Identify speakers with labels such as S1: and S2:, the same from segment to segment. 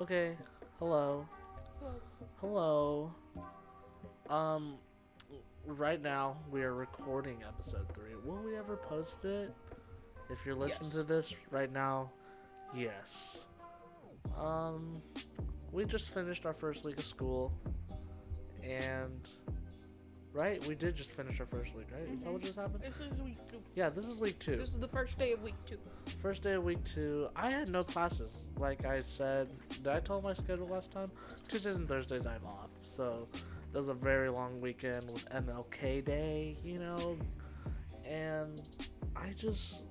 S1: Okay. Hello. Hello. Um, right now we are recording episode three. Will we ever post it? If you're listening
S2: Yes.
S1: to this right now, yes. Um, we just finished our first week of school, and right, we did just finish our first week, right? Is that
S2: Mhm.
S1: what just happened?
S2: This is week two.
S1: Yeah, this is week two.
S2: This is the first day of week two.
S1: First day of week two, I had no classes. Like I said, did I tell my schedule last time? Tuesdays and Thursdays I'm off, so it was a very long weekend with MLK Day, you know, and I just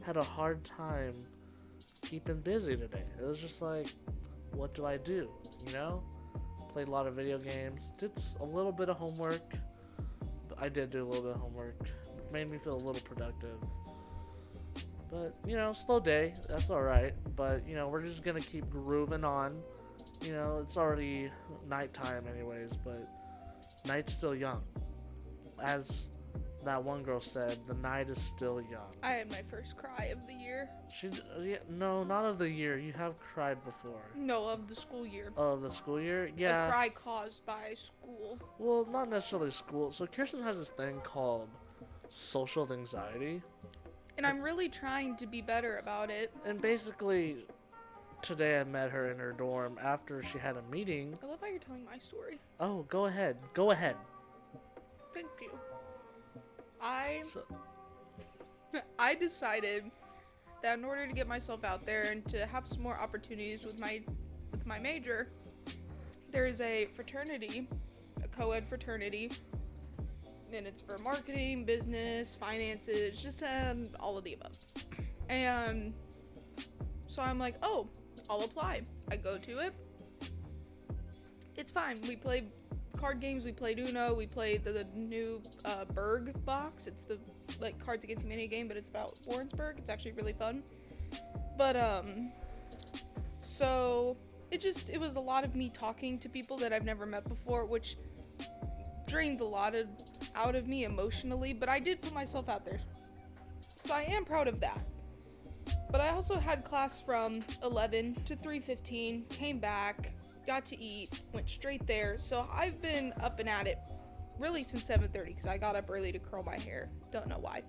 S1: had a hard time keeping busy today. It was just like, what do I do? You know, played a lot of video games, did s- a little bit of homework. I did do a little bit of homework, made me feel a little productive. But, you know, slow day. That's alright. But, you know, we're just going to keep grooving on. You know, it's already nighttime, anyways, but night's still young. As that one girl said, the night is still young.
S2: I had my first cry of the year.
S1: She, yeah, no, not of the year. You have cried before.
S2: No, of the school year.
S1: Of the school year?
S2: A
S1: Yeah.
S2: cry caused by school.
S1: Well, not necessarily school. So, Kirsten has this thing called social anxiety.
S2: And I'm really trying to be better about it.
S1: And basically, today I met her in her dorm after she had a meeting.
S2: I love how you're telling my story.
S1: Oh, go ahead. Go ahead.
S2: Thank you. I
S1: So,
S2: I decided that in order to get myself out there and to have some more opportunities with my with my major, there is a fraternity, a co-ed fraternity, and it's for marketing, business, finances, just um, all of the above. And so I'm like, oh, I'll apply. I go to it. It's fine. We play card games. We played Uno. We played the, the new uh, Berg box. It's the like Cards Against Humanity game, but it's about Warrensburg. It's actually really fun. But um, so it just it was a lot of me talking to people that I've never met before, which drains a lot of out of me emotionally. But I did put myself out there, so I am proud of that. But I also had class from 11 to 3:15. Came back, got to eat, went straight there. So I've been up and at it really since 7:30 because I got up early to curl my hair. Don't know why,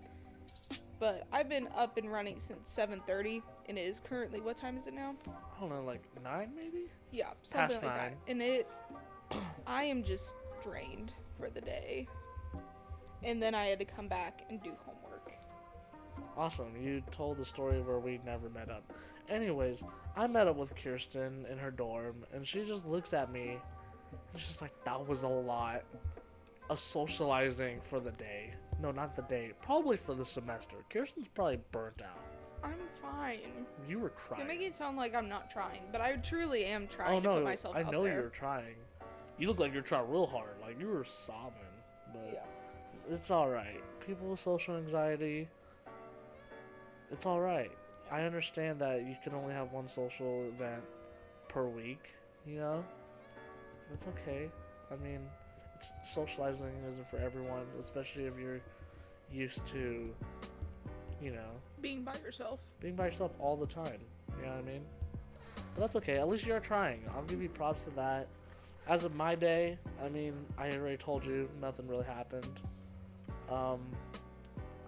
S2: but I've been up and running since 7:30, and it is currently what time is it now?
S1: I don't know, like nine maybe?
S2: Yeah, something
S1: Past
S2: like
S1: nine.
S2: that. And it, I am just drained for the day, and then I had to come back and do homework.
S1: Awesome. You told the story where we never met up. Anyways, I met up with Kirsten in her dorm, and she just looks at me. And she's like, that was a lot of socializing for the day. No, not the day. Probably for the semester. Kirsten's probably burnt out.
S2: I'm fine.
S1: You were
S2: You're
S1: crying.
S2: making it sound like I'm not trying, but I truly am trying
S1: oh
S2: to
S1: no,
S2: put myself
S1: I
S2: out
S1: know
S2: there.
S1: you're trying. You look like you're trying real hard. Like you were sobbing, but
S2: Yeah.
S1: it's all right. People with social anxiety, it's all right. I understand that you can only have one social event per week. You know, that's okay. I mean, it's, socializing isn't for everyone, especially if you're used to, you know,
S2: Being by yourself.
S1: being by yourself all the time. You know what I mean? But that's okay. At least you're trying. I'll give you props to that. As of my day, I mean, I already told you nothing really happened. Um,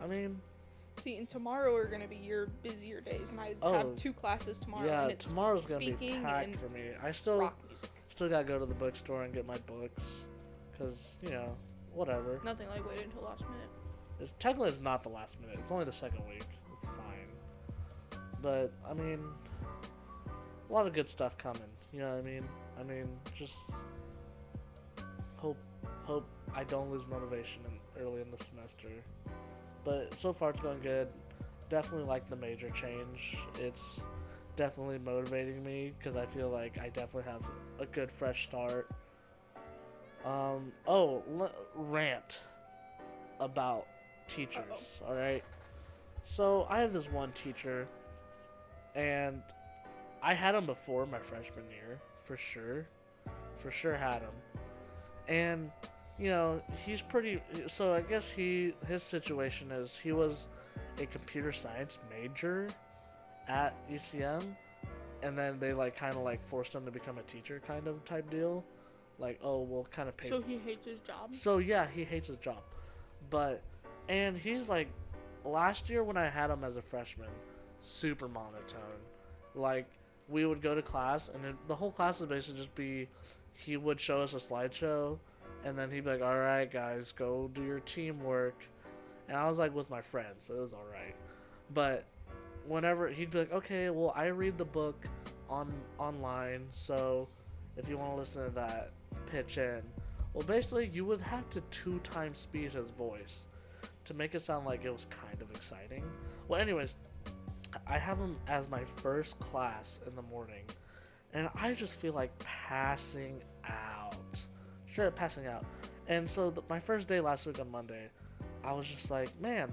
S1: I mean,
S2: See, and tomorrow are gonna be your busier days, and I
S1: Oh.
S2: have two classes tomorrow,
S1: yeah,
S2: and it's
S1: tomorrow's gonna be
S2: speaking
S1: packed
S2: and
S1: for me. I still
S2: rock music.
S1: still gotta go to the bookstore and get my books, cause you know, whatever.
S2: Nothing like waiting until last minute.
S1: It's technically it's not the last minute. It's only the second week. It's fine. But I mean, a lot of good stuff coming. You know what I mean? I mean, just hope hope I don't lose motivation in, early in the semester. But so far it's going good. Definitely like the major change. It's definitely motivating me because I feel like I definitely have a good fresh start. Um. Oh, l- rant about teachers. All right. So I have this one teacher, and I had him before my freshman year for sure, for sure had him, and you know he's pretty. So I guess he his situation is he was a computer science major at UCM, E and then they like kind of like forced him to become a teacher, kind of type deal. Like, oh, we'll kind of pay.
S2: So he hates his job.
S1: So yeah, he hates his job. But and he's like last year when I had him as a freshman, super monotone. Like we would go to class and it, the whole class would basically just be he would show us a slideshow and then he'd be like, "All right, guys, go do your teamwork." And I was like with my friends, so it was all right. But whenever he'd be like, "Okay, well, I read the book on online, so if you want to listen to that, pitch in." Well, basically, you would have to two times speed his voice to make it sound like it was kind of exciting. Well, anyways, I have him as my first class in the morning, and I just feel like passing out. Sure, passing out. And so the, my first day last week on Monday, I was just like, man,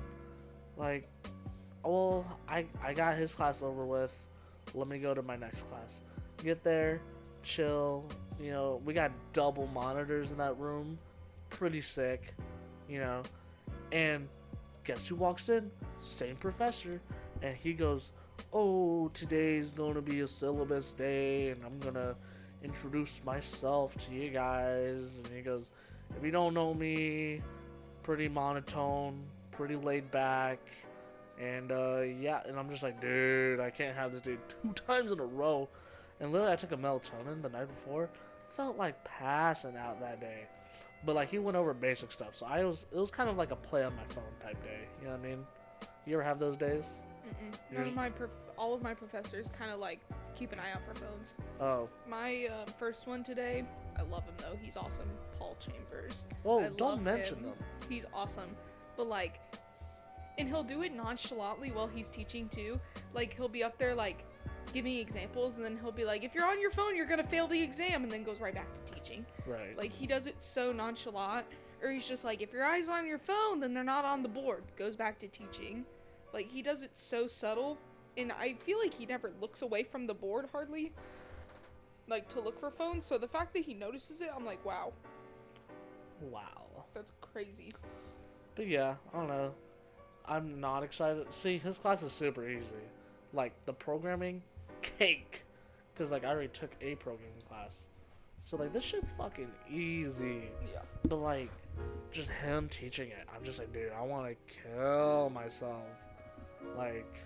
S1: like, well, I I got his class over with. Let me go to my next class. Get there, chill. You know, we got double monitors in that room. Pretty sick, you know. And guess who walks in? Same professor. And he goes, Oh, today's gonna be a syllabus day, and I'm gonna introduce myself to you guys. And he goes, If you don't know me, pretty monotone, pretty laid back. And uh, yeah, and I'm just like, dude, I can't have this dude two times in a row. And literally, I took a melatonin the night before. Felt like passing out that day but like he went over basic stuff. So I was it was kind of like a play on my phone type day. You know what I mean? You ever have those days?
S2: Mm-mm.
S1: You're just-
S2: None of my prof- all of my professors kind of like keep an eye out for phones.
S1: Oh,
S2: My uh, first one today, I love him though. He's awesome. Paul Chambers.
S1: well,
S2: I love
S1: don't mention
S2: him.
S1: them.
S2: He's awesome. But like, and he'll do it nonchalantly while he's teaching too. Like he'll be up there like giving examples, and then he'll be like, "If you're on your phone, you're gonna fail the exam," and then goes right back to teaching.
S1: Right.
S2: Like he does it so nonchalant, or he's just like, if your eyes on your phone, then they're not on the board. Goes back to teaching. Like he does it so subtle, and I feel like he never looks away from the board hardly, like to look for phones. So the fact that he notices it, I'm like, wow,
S1: wow.
S2: that's crazy.
S1: But yeah, I don't know. I'm not excited. See, his class is super easy. Like the programming, cake. Cause like I already took a programming class. So like this shit's fucking easy.
S2: Yeah.
S1: But like, just him teaching it, I'm just like, dude, I want to kill myself. Like,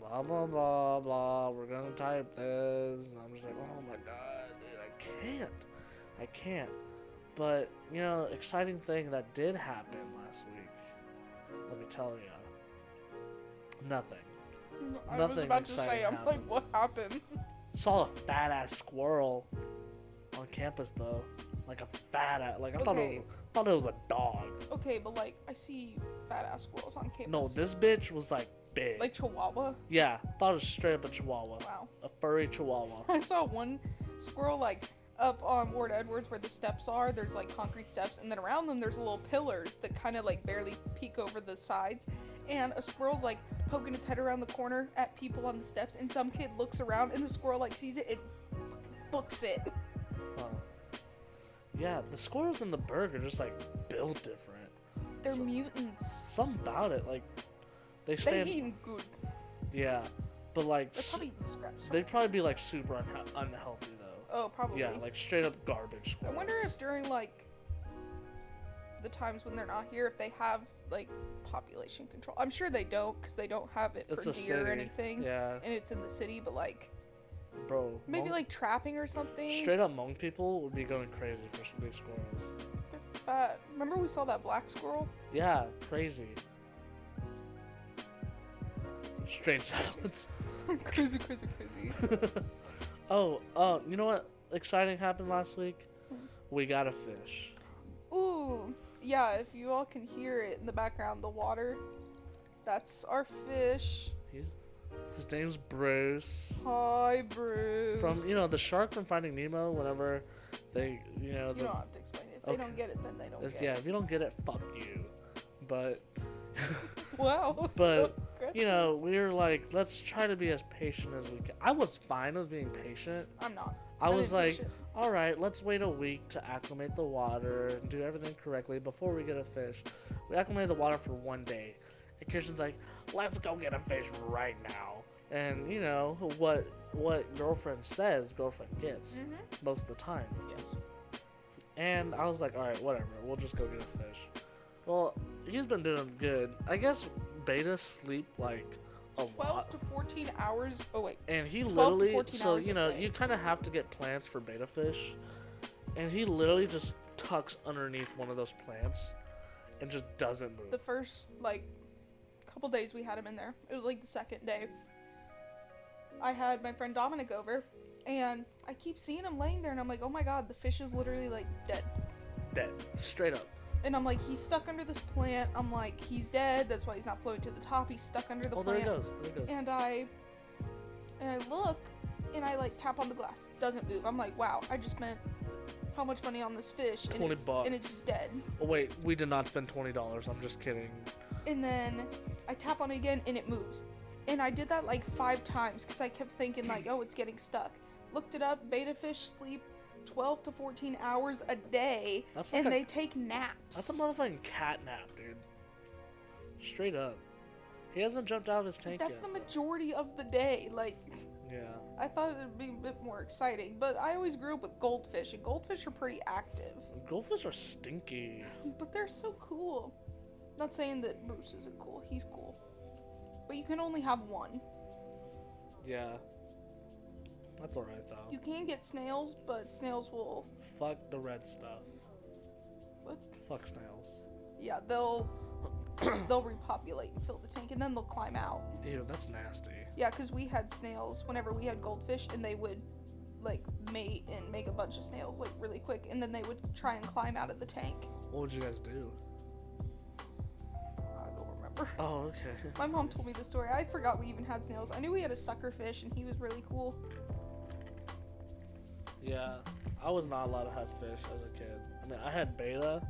S1: blah blah blah blah. We're gonna type this. And I'm just like, oh my god, dude, I can't, I can't. But you know, exciting thing that did happen last week. Let me tell you. Nothing.
S2: I was
S1: Nothing
S2: about to say,
S1: exciting
S2: I'm like,
S1: happened.
S2: what happened?
S1: Saw a fat ass squirrel on campus though. Like a fat ass. Like I thought it was.
S2: Okay.
S1: Thought it was a dog.
S2: Okay, but like, I see fat ass squirrels on campus.
S1: No, this bitch was like big.
S2: like Chihuahua.
S1: yeah, thought it was straight up a chihuahua,
S2: Wow.
S1: a furry chihuahua.
S2: I saw one squirrel like up on Ward Edwards where the steps are. There's like concrete steps, and then around them there's little pillars that kind of like barely peek over the sides. And a squirrel's like poking its head around the corner at people on the steps, and some kid looks around, and the squirrel like sees it and books it.
S1: Huh. Yeah, the squirrels in the burger just like built different.
S2: They're
S1: So-
S2: mutants.
S1: Something about it, like they
S2: They
S1: stand.
S2: eat good.
S1: Yeah, but like
S2: They're
S1: s-
S2: probably eating scraps. from-
S1: they'd probably be like super unha- unhealthy though.
S2: oh, probably.
S1: Yeah, like straight up garbage.
S2: I
S1: Squirrels.
S2: wonder if during like the times when they're not here, if they have like population control. I'm sure they don't because they don't have it
S1: It's
S2: for
S1: a
S2: deer or
S1: city.
S2: anything,
S1: Yeah,
S2: and it's in the city. But like
S1: bro.
S2: maybe
S1: Hmong-
S2: like trapping or something.
S1: straight up Hmong people would be going crazy for some of these squirrels.
S2: Uh, remember we saw that black squirrel?
S1: Yeah, crazy. Straight silence.
S2: crazy, crazy, crazy.
S1: oh, uh, you know what exciting happened last week?
S2: Hmm.
S1: We got a fish.
S2: Ooh, yeah. If you all can hear it in the background, the water. That's our fish.
S1: He's his name's Bruce.
S2: Hi, Bruce.
S1: From you know the shark from Finding Nemo. Whenever they you know
S2: You
S1: the,
S2: don't have to explain it. If they don't
S1: Okay.
S2: get it, then they don't
S1: if,
S2: get
S1: yeah
S2: it.
S1: if you don't get it fuck you, but
S2: Wow. so
S1: But, you know we were like let's try to be as patient as we can. I was fine with being patient.
S2: I'm not.
S1: I was
S2: didn't do
S1: like
S2: shit.
S1: all right, let's wait a week to acclimate the water and do everything correctly before we get a fish. We acclimated the water for one day. And Kirsten's like, let's go get a fish right now. and you know what what girlfriend says, girlfriend gets
S2: Mm-hmm.
S1: most of the time.
S2: Yes.
S1: And I was like, all right, whatever, we'll just go get a fish. Well, he's been doing good. I guess betas sleep like a lot.
S2: Twelve to fourteen hours. Oh wait.
S1: and he
S2: 12 to
S1: literally
S2: 14
S1: so
S2: hours
S1: you
S2: a
S1: know
S2: day.
S1: you kind of have to get plants for beta fish and he literally just tucks underneath one of those plants and just doesn't move
S2: the first like couple days we had him in there. It was like the second day. I had my friend Dominic over, and I keep seeing him laying there, and I'm like, oh my god, the fish is literally like dead.
S1: dead straight up
S2: And I'm like, he's stuck under this plant. I'm like, he's dead. That's why he's not floating to the top. He's stuck under the
S1: oh there
S2: plant.
S1: he goes there he goes
S2: And I, and I look, and I like tap on the glass. Doesn't move. I'm like, wow, I just spent how much money on this fish? And
S1: 20
S2: it's,
S1: bucks.
S2: And it's dead.
S1: oh wait we did not spend $20 i'm just kidding
S2: and then I tap on it again and it moves. And I did that like five times because I kept thinking like, oh, it's getting stuck. Looked it up. Beta fish sleep 12 to 14 hours a day,
S1: that's like
S2: and
S1: a,
S2: they take naps.
S1: that's a motherfucking cat nap dude straight up he hasn't jumped out of his tank
S2: That's
S1: yet
S2: the
S1: though.
S2: majority of the day. Like,
S1: yeah
S2: I thought it would be a bit more exciting, but I always grew up with goldfish, and goldfish are pretty active.
S1: goldfish are stinky
S2: But they're so cool. Not saying that Bruce isn't cool. He's cool. But you can only have one.
S1: yeah that's all right though
S2: You can get snails, but snails will.
S1: fuck the red stuff
S2: What?
S1: fuck snails
S2: Yeah, they'll they'll repopulate and fill the tank, and then they'll climb out.
S1: Ew, that's nasty.
S2: Yeah, because we had snails whenever we had goldfish, and they would like mate and make a bunch of snails like really quick, and then they would try and climb out of the tank.
S1: What would you guys do?
S2: I don't remember.
S1: Oh, okay.
S2: My mom told me the story. I forgot we even had snails. I knew we had a suckerfish, and he was really cool.
S1: Yeah, I was not allowed to have fish as a kid. I mean, I had beta,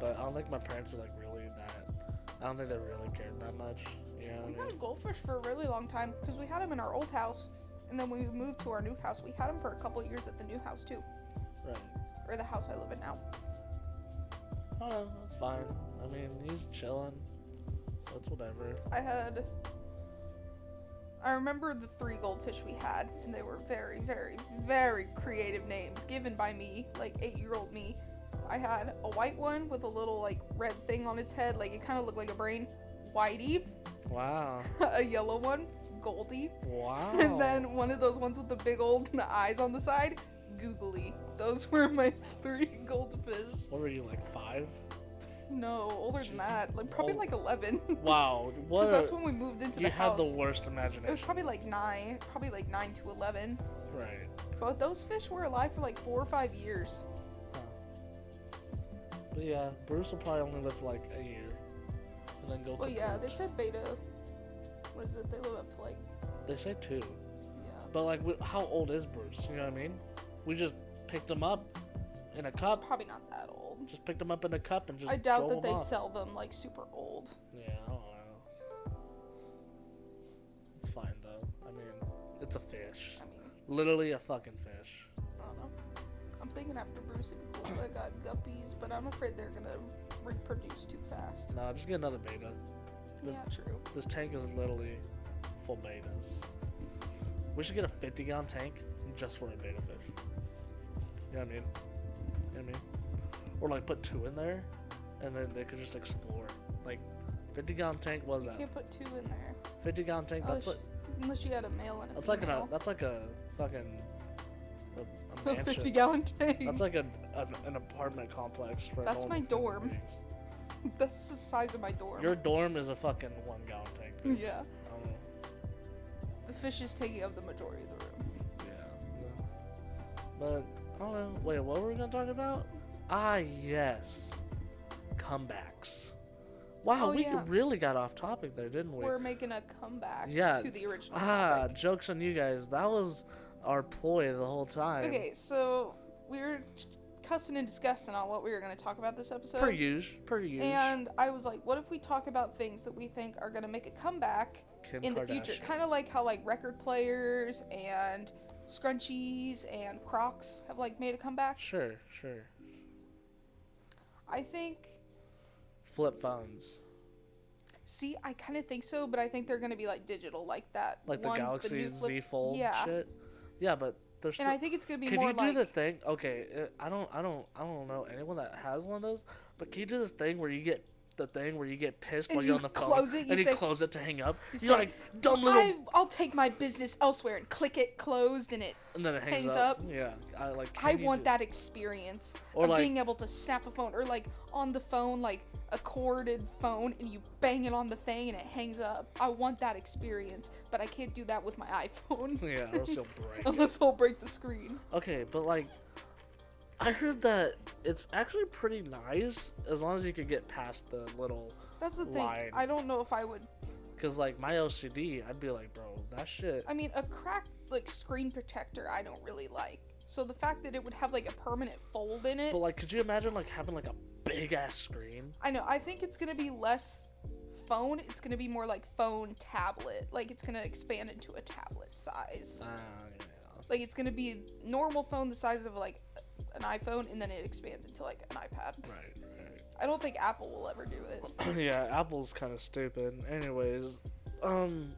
S1: but I don't think my parents were like really that. I don't think they really cared that much. You know what I
S2: We
S1: mean?
S2: had goldfish for a really long time because we had him in our old house, and then when we moved to our new house, we had him for a couple of years at the new house too, Mm-hmm.
S1: Right.
S2: or the house I live in now.
S1: Oh, no, that's fine. I mean, he's chilling. So it's whatever.
S2: I had. I remember the three goldfish we had, and they were very, very, very creative names given by me, like eight year old me. I had a white one with a little, like, red thing on its head, like it kind of looked like a brain. Whitey.
S1: Wow.
S2: a yellow one, Goldie.
S1: Wow.
S2: And then one of those ones with the big old eyes on the side, Googly. Those were my three goldfish.
S1: What were you like five?
S2: No, older than that. Like, probably
S1: Oh.
S2: like 11.
S1: Wow. What?
S2: Because that's
S1: a-
S2: when we moved into
S1: you
S2: the
S1: had
S2: house.
S1: the worst
S2: It was
S1: imagination.
S2: probably like nine, probably like nine to eleven.
S1: Right.
S2: But those fish were alive for like four or five years.
S1: But yeah, Bruce will probably only live for like a year, and then go.
S2: Well, yeah, they
S1: kaput.
S2: said beta. What is it? They live up to like,
S1: They say two.
S2: yeah,
S1: But like, wh- how old is Bruce? You know what I mean? We just picked him up in a cup.
S2: probably not that old.
S1: Just picked him up in a cup and just.
S2: I doubt
S1: drove
S2: that
S1: him
S2: they
S1: off.
S2: sell them like super old.
S1: Yeah, I don't know. It's fine though. I mean, it's a fish.
S2: I mean,
S1: Literally a fucking fish.
S2: I don't know. I'm thinking after Bruce, it'd be cool if I got guppies, but I'm afraid they're gonna reproduce too fast.
S1: Nah, just get another beta.
S2: Yeah, true.
S1: This tank is literally full betas. We should get a 50 gallon tank just for a beta fish. You know what I mean? You know what I mean? Or like put two in there and then they could just explore. Like, 50 gallon tank was
S2: You
S1: that?
S2: can't put two in there
S1: 50 gallon tank, that's
S2: unless,
S1: like,
S2: unless you had a male and a
S1: that's like, an,
S2: female.
S1: that's like a fucking. A, a
S2: a 50
S1: mansion.
S2: gallon tank.
S1: That's like a, an an apartment complex for.
S2: That's
S1: all
S2: my
S1: human
S2: dorm.
S1: beings.
S2: That's the size of my dorm.
S1: Your dorm is a fucking one gallon tank. dude.
S2: yeah.
S1: I don't know.
S2: The fish is taking up the majority of the room.
S1: Yeah. But I don't know. Wait, what were we gonna talk about? Ah, yes, comebacks. Wow,
S2: Oh,
S1: we
S2: yeah.
S1: really got off topic there, didn't we?
S2: We're making a comeback
S1: Yeah,
S2: to the original
S1: ah,
S2: topic.
S1: jokes on you guys. That was our ploy the whole time.
S2: Okay, so we were cussing and discussing on what we were going to talk about this episode.
S1: Per use, per use.
S2: And I was like, what if we talk about things that we think are going to make a comeback
S1: Kim
S2: in the
S1: Kardashian.
S2: future? Kind of like how like record players and scrunchies and Crocs have like made a comeback.
S1: Sure, sure.
S2: I think
S1: Flip phones.
S2: See, I kind of think so, but I think they're gonna be like digital, like that.
S1: like the
S2: one-
S1: Galaxy
S2: new flip-
S1: Z Fold
S2: yeah.
S1: shit. Yeah, but there's still.
S2: And I think it's gonna be
S1: Can
S2: more
S1: you do
S2: like
S1: the thing? Okay, uh, I don't, I don't, I don't know anyone that has one of those. But can you do this thing where you get the thing where you get pissed
S2: And
S1: while you're
S2: you
S1: on the phone
S2: close it, you
S1: and you
S2: say-
S1: close it to hang up?
S2: you
S1: You are
S2: say,
S1: like dumb little,
S2: I, I'll take my business elsewhere and click it closed and it.
S1: and then it hangs,
S2: hangs
S1: up.
S2: up.
S1: Yeah, I like.
S2: I
S1: can you
S2: want
S1: do-
S2: that experience
S1: Or
S2: of
S1: like,
S2: being able to snap a phone or like on the phone, like a corded phone, and you bang it on the thing and it hangs up. I want that experience, but I can't do that with my iPhone
S1: yeah, or else you'll break. it.
S2: unless I'll break the screen.
S1: Okay, but like, I heard that it's actually pretty nice as long as you can get past the little.
S2: That's the thing.
S1: Line.
S2: I don't know if I would.
S1: Cause like my LCD, I'd be like, bro, that shit.
S2: I mean, a cracked like screen protector, I don't really like. So the fact that it would have like a permanent fold in it,
S1: But like, could you imagine like having like a big ass screen?
S2: I know. I think it's gonna be less phone. It's gonna be more like phone tablet. Like it's gonna expand into a tablet size.
S1: Ah, yeah.
S2: Like it's gonna be a normal phone the size of like an iPhone, and then it expands into like an iPad.
S1: Right,
S2: I don't think Apple will ever do it.
S1: right. yeah, Apple's kind of stupid. Anyways, um,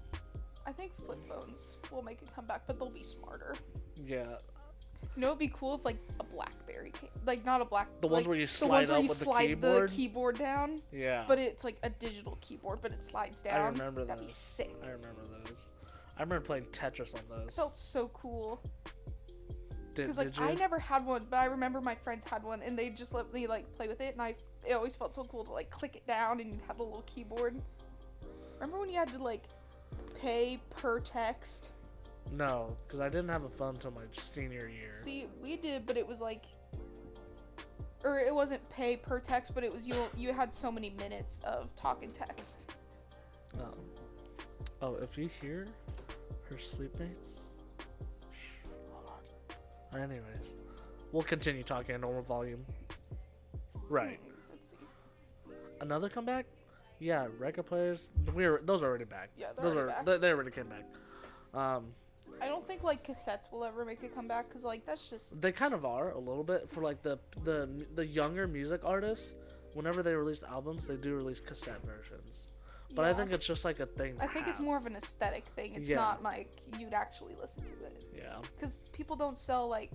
S2: I think flip phones will make a comeback, but they'll be smarter.
S1: yeah,
S2: You know, it'd be cool if like a BlackBerry, came, like not a Black,
S1: the ones
S2: like,
S1: where you
S2: the
S1: slide
S2: ones where
S1: up
S2: you
S1: with
S2: slide
S1: the keyboard.
S2: down,
S1: yeah,
S2: but it's like a digital keyboard, but it slides down.
S1: remember
S2: That'd be
S1: those.
S2: sick.
S1: I remember those. I remember playing Tetris on
S2: It
S1: those.
S2: felt so cool.
S1: did,
S2: Because like
S1: did you?
S2: I never had one, but I remember my friends had one, and they just let me like play with it, and I it always felt so cool to like click it down and have a little keyboard. Remember when you had to like pay per text?
S1: No, because I didn't have a phone until my senior year.
S2: See, we did, but it was like, or it wasn't pay per text, but it was you you had so many minutes of talk and text.
S1: Oh. Oh, if you hear her sleepmates. Shh, hold on. Anyways, we'll continue talking at normal volume. Right.
S2: Hmm, let's see.
S1: Another comeback? Yeah, record players. We were those are already back.
S2: Yeah, they're
S1: those
S2: already
S1: are
S2: back.
S1: They, they already came back. Um,
S2: I don't think like cassettes will ever make a comeback because like that's just
S1: they kind of are a little bit for like the the the younger music artists. Whenever they release albums, they do release cassette versions. But I
S2: yeah.
S1: think it's just like a thing. to
S2: I think it's
S1: have.
S2: more of an aesthetic thing. It's
S1: Yeah.
S2: not like you'd actually listen to it.
S1: Yeah,
S2: because people don't sell like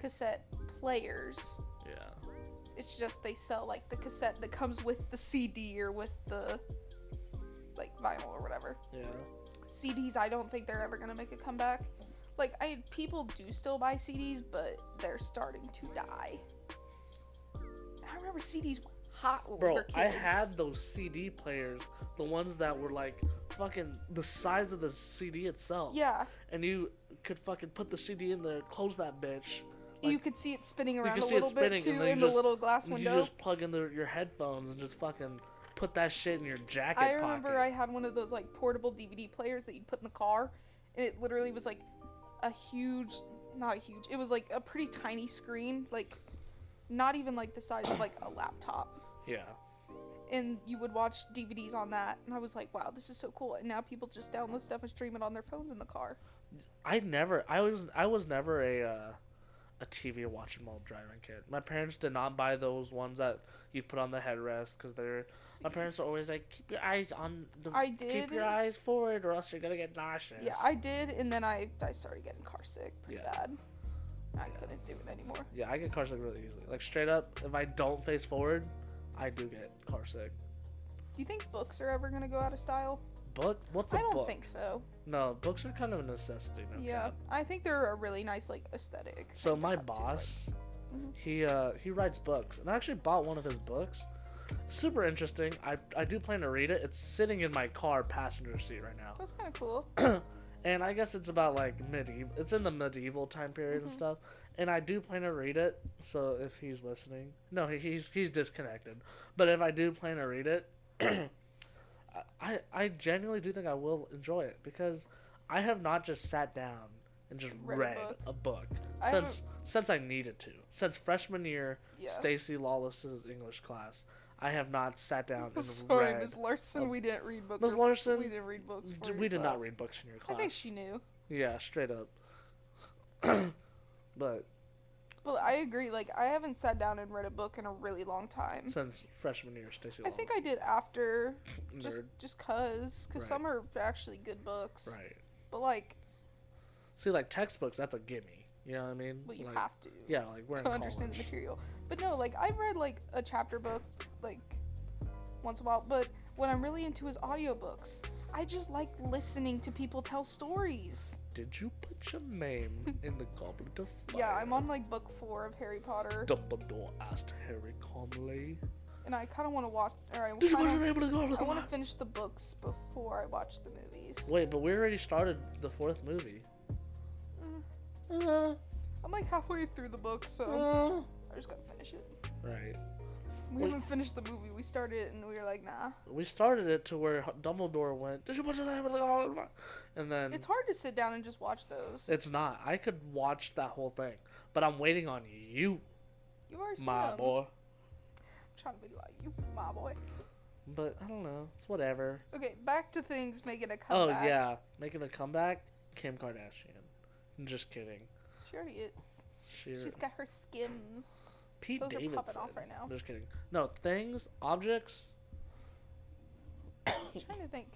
S2: cassette players.
S1: yeah.
S2: It's just they sell like the cassette that comes with the CD or with the like vinyl or whatever.
S1: Yeah.
S2: CDs, I don't think they're ever gonna make a comeback. Like I people do still buy CDs, but they're starting to die. I remember CDs were hot when we
S1: Bro,
S2: were kids.
S1: I had those CD players, the ones that were like fucking the size of the CD itself.
S2: yeah.
S1: And you could fucking put the CD in there, close that bitch.
S2: you
S1: like-
S2: could see it spinning
S1: could
S2: around a
S1: see it
S2: little bit
S1: spinning, and
S2: too
S1: then you
S2: in the
S1: just-
S2: little glass
S1: You
S2: window.
S1: just plug in the, your headphones and just fucking put that shit in your jacket
S2: I remember I
S1: pocket.
S2: had one of those like portable DVD players that you'd put in the car, and it literally was like a huge, not a huge, it was like a pretty tiny screen, like not even like the size of like a laptop.
S1: yeah.
S2: And you would watch DVDs on that, and I was like, wow, this is so cool. And now people just download stuff and stream it on their phones in the car.
S1: I never I was I was never a uh, a TV watching while driving kid. My parents did not buy those ones that you put on the headrest because they're my
S2: Mm-hmm.
S1: parents are always like keep your eyes on the
S2: I
S1: keep
S2: did.
S1: your eyes forward or else you're gonna get nauseous.
S2: Yeah, I did, and then I, I started getting car sick pretty
S1: Yeah.
S2: bad. I
S1: Yeah.
S2: couldn't do it anymore.
S1: Yeah, I get car sick really easily. Like straight up, if I don't face forward, I do get car sick.
S2: Do you think books are ever going to go out of style?
S1: Book? What's a
S2: I don't
S1: book?
S2: think so.
S1: No, books are kind of a necessity. No
S2: Yeah,
S1: cap.
S2: I think they're a really nice like aesthetic.
S1: So
S2: thing to
S1: my
S2: have too, like-
S1: boss,
S2: Mhm.
S1: he uh he writes books, and I actually bought one of his books. Super interesting. I I do plan to read it. It's sitting in my car passenger seat right now.
S2: that's kind of cool.
S1: and I guess it's about like medieval. It's in the medieval time period
S2: Mhm.
S1: and stuff. And I do plan to read it. So if he's listening, no, he, he's he's disconnected. But if I do plan to read it, I- I I genuinely do think I will enjoy it because I have not just sat down and just
S2: Read
S1: read,
S2: a book.
S1: a book
S2: I haven't-
S1: since since I needed to since freshman year
S2: Yeah.
S1: Stacy Lawless's English class. I have not sat down and
S2: Sorry,
S1: read.
S2: Ms. Larson,
S1: a-
S2: we didn't read books.
S1: Ms. Larson,
S2: we didn't read books. For
S1: D-
S2: your
S1: we did not
S2: class.
S1: read books in your
S2: I
S1: class.
S2: think she knew.
S1: Yeah, straight up. but
S2: Well, I agree. Like, I haven't sat down and read a book in a really long time.
S1: since freshman year. Stacy,
S2: I think I did after,
S1: nerd.
S2: just just cause, cause
S1: Right.
S2: some are actually good books.
S1: right.
S2: But like,
S1: See, like textbooks, that's a gimme. You know what I mean?
S2: well, you
S1: like,
S2: have to.
S1: Yeah, like we're in
S2: to understand the
S1: college.
S2: material. But no, like I've read like a chapter book like once in a while, but what I'm really into is audiobooks. I just like listening to people tell stories.
S1: Did you put your name in the goblet of fire?
S2: Yeah, I'm on like book 4 of Harry Potter
S1: Dumbledore asked Harry Conley.
S2: and I kind of want to watch or I
S1: Did you put your
S2: kinda,
S1: name in the goblet
S2: I
S1: of
S2: want
S1: fire?
S2: to finish the books before I watch the movies.
S1: Wait, but we already started the fourth movie.
S2: Mm,
S1: Uh,
S2: I'm like halfway through the book, so
S1: uh.
S2: I just got to finish it.
S1: Right.
S2: We
S1: Wait.
S2: haven't finished the movie. We started it and we were like, "Nah."
S1: We started it to where Dumbledore went, Did you put your name in the goblet of fire? And then.
S2: It's hard to sit down and just watch those.
S1: It's not. I could watch that whole thing, but I'm waiting on you,
S2: you are
S1: my boy.
S2: trying to be like you, my boy.
S1: But I don't know. It's whatever.
S2: Okay, back to things making a
S1: oh
S2: comeback.
S1: yeah, making a comeback. Kim Kardashian. I'm just kidding.
S2: She already is.
S1: She,
S2: She's got her skims.
S1: Pete
S2: Those
S1: Davidson.
S2: are popping off right now.
S1: I'm just kidding. No things, objects.
S2: I'm trying to think.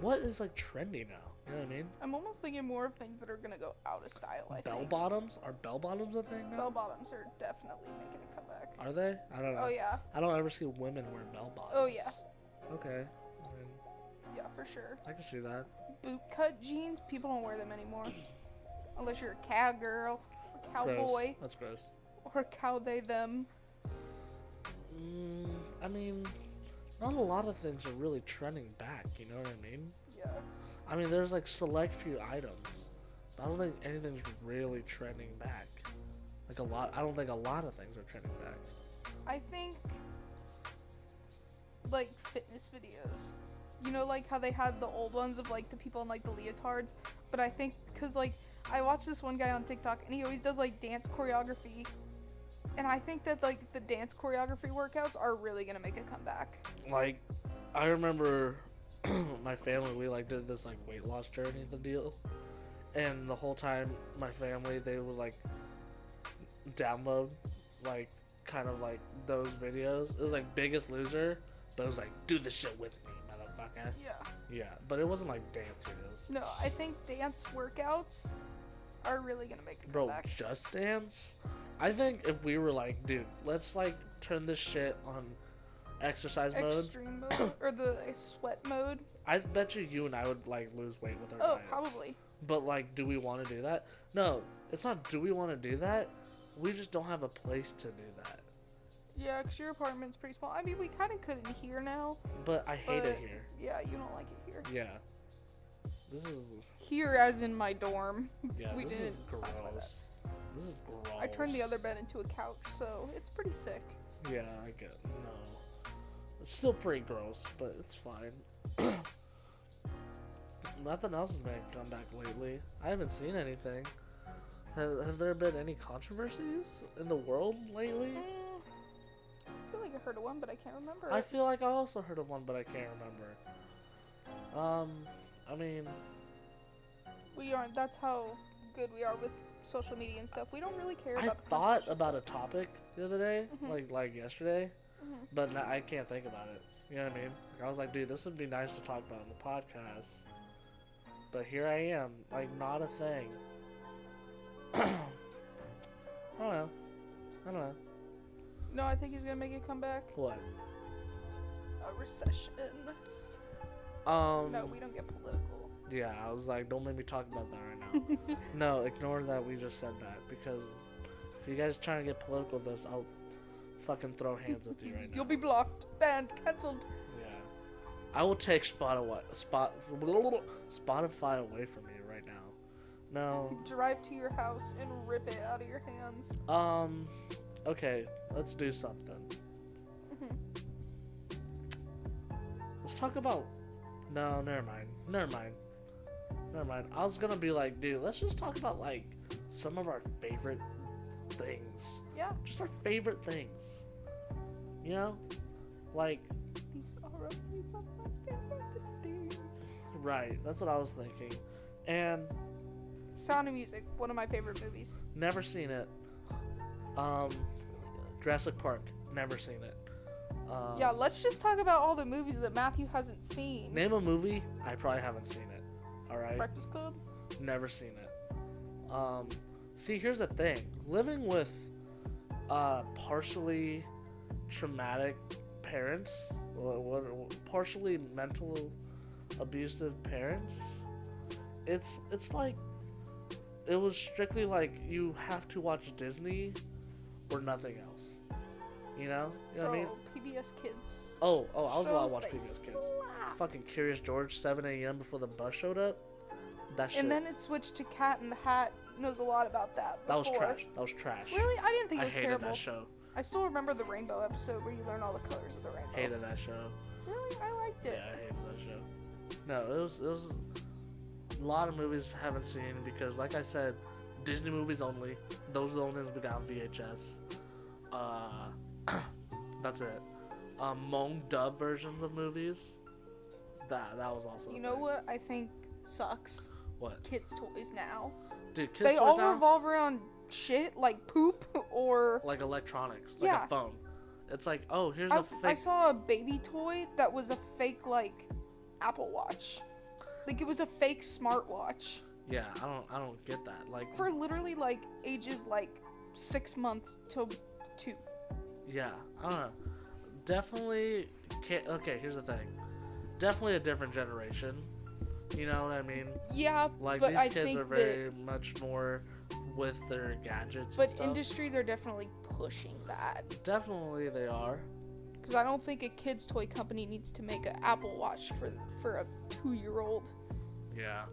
S1: What is like trendy now? You know what I mean?
S2: I'm almost thinking more of things that are gonna go out of style. Oh, I
S1: bell
S2: think.
S1: bottoms are bell bottoms a thing now?
S2: Bell bottoms are definitely making a comeback.
S1: are they? I don't know.
S2: Oh yeah,
S1: I don't ever see women wear bell bottoms.
S2: Oh, yeah.
S1: Okay. I, mean,
S2: yeah for sure.
S1: I can see that.
S2: Bootcut jeans, people don't wear them anymore, unless you're a cowgirl, or cowboy,
S1: Gross. That's gross.
S2: or cow they them.
S1: Mm, I mean, not a lot of things are really trending back. You know what I mean?
S2: Yeah.
S1: I mean, there's like select few items. But I don't think anything's really trending back. Like a lot, I don't think a lot of things are trending back.
S2: I think like fitness videos. You know, like how they had the old ones of like the people in like the leotards, but I think because like I watched this one guy on TikTok and he always does like dance choreography, and I think that like the dance choreography workouts are really gonna make a comeback.
S1: Like, I remember my family we like did this like weight loss journey the deal, and the whole time my family they would like download like kind of like those videos. It was like Biggest Loser, but it was like do the shit with me, motherfucker.
S2: Yeah.
S1: Yeah, but it wasn't like dance videos.
S2: No, I think dance workouts are really gonna make a
S1: Bro,
S2: comeback.
S1: Just Dance? I think if we were like, dude, let's like turn this shit on exercise mode,
S2: Extreme mode or the like, sweat mode?
S1: I bet you you and I would like lose weight with our
S2: Oh,
S1: diets.
S2: probably.
S1: But like, do we want to do that? No, it's not do we want to do that? We just don't have a place to do that.
S2: Yeah, because your apartment's pretty small. I mean, we kind of couldn't hear now.
S1: But I hate it
S2: But-
S1: here.
S2: Yeah, you don't like it here.
S1: Yeah. This is
S2: Here, as in my dorm.
S1: yeah,
S2: We
S1: this is
S2: didn't
S1: gross.
S2: classify that.
S1: This is gross.
S2: I turned the other bed into a couch, so it's pretty sick.
S1: Yeah, I get no. It's still pretty gross, but it's fine. Nothing else has made a comeback lately. I haven't seen anything. Have, have there been any controversies in the world lately?
S2: Mm, I feel like I heard of one, but I can't remember.
S1: I
S2: it.
S1: feel like I also heard of one, but I can't remember. Um, I mean,
S2: we aren't. That's how good we are with social media and stuff. We don't really care
S1: I
S2: about. the
S1: thought
S2: controversial
S1: about a topic the other day,
S2: Mhm.
S1: like like yesterday,
S2: stuff. Mhm.
S1: but now I can't think about it. You know what I mean? Like, I was like, dude, this would be nice to talk about in the podcast. But here I am, like, not a thing. I don't know. I don't know.
S2: No, I think he's gonna make a comeback.
S1: What?
S2: A recession.
S1: Um,
S2: no, we don't get political.
S1: yeah, I was like, don't make me talk about that right now. no, ignore that we just said that because if you guys trying to get political with us, I'll fucking throw hands with you right now.
S2: You'll be blocked, banned, canceled.
S1: Yeah. I will take Spot away, Spot, Spotify away from you right now. No.
S2: Drive to your house and rip it out of your hands.
S1: Um. Okay. Let's do something.
S2: Mhm.
S1: Let's talk about. No, never mind. Never mind. Never mind. I was gonna be like, dude, let's just talk about like some of our favorite things.
S2: Yeah,
S1: Just our favorite things. You know, like
S2: these are only my favorite things.
S1: Right, that's what I was thinking. And
S2: Sound of Music, one of my favorite movies.
S1: Never seen it. Um, Jurassic Park. Never seen it. Um,
S2: yeah, let's just talk about all the movies that Matthew hasn't seen.
S1: Name a movie. I probably haven't seen it. All right.
S2: Breakfast Club.
S1: Never seen it. Um, see, here's the thing. Living with uh, partially traumatic parents, or, or partially mental abusive parents, it's it's like it was strictly like you have to watch Disney or nothing else. You know? You know what I mean?
S2: Oh, PBS Kids.
S1: Oh, oh, I was allowed
S2: Shows
S1: to watch
S2: they
S1: PBS Kids.
S2: slap.
S1: Fucking Curious George, 7 a.m. before the bus showed up. That shit.
S2: And then it switched to Cat in the Hat. Knows a lot about that.
S1: that was
S2: before.
S1: trash. That was trash.
S2: Really, I didn't think
S1: I
S2: it was
S1: hated
S2: terrible.
S1: that show.
S2: I still remember the rainbow episode where you learn all the colors of the rainbow.
S1: Hated that show.
S2: Really, I liked
S1: Yeah,
S2: it.
S1: I hated that show. No, it was it was a lot of movies I haven't seen because, like I said, Disney movies only. Those are the only ones we got on VHS. Uh, that's it. Um, Hmong dub versions of movies. That that was also. a
S2: You know
S1: thing.
S2: what I think sucks?
S1: What?
S2: Kids' toys now.
S1: Dude, kids
S2: they
S1: right
S2: all
S1: now,
S2: revolve around shit like poop or.
S1: like electronics, like
S2: Yeah.
S1: a phone. It's like, oh, here's
S2: I,
S1: a
S2: I
S1: fake.
S2: saw a baby toy that was a fake like Apple Watch. Like it was a fake smartwatch
S1: Yeah, I don't, I don't get that. Like,
S2: for literally like ages like six months till two.
S1: Yeah, I don't know. Definitely. Can't, okay, here's the thing. Definitely a different generation. You know what I mean?
S2: Yeah,
S1: Like
S2: but
S1: these
S2: I
S1: kids
S2: think
S1: are
S2: that
S1: very much more with their gadgets.
S2: but
S1: and stuff.
S2: industries are definitely pushing that
S1: definitely they are.
S2: because I don't think a kids toy company needs to make an Apple Watch for for a two year old.
S1: Yeah.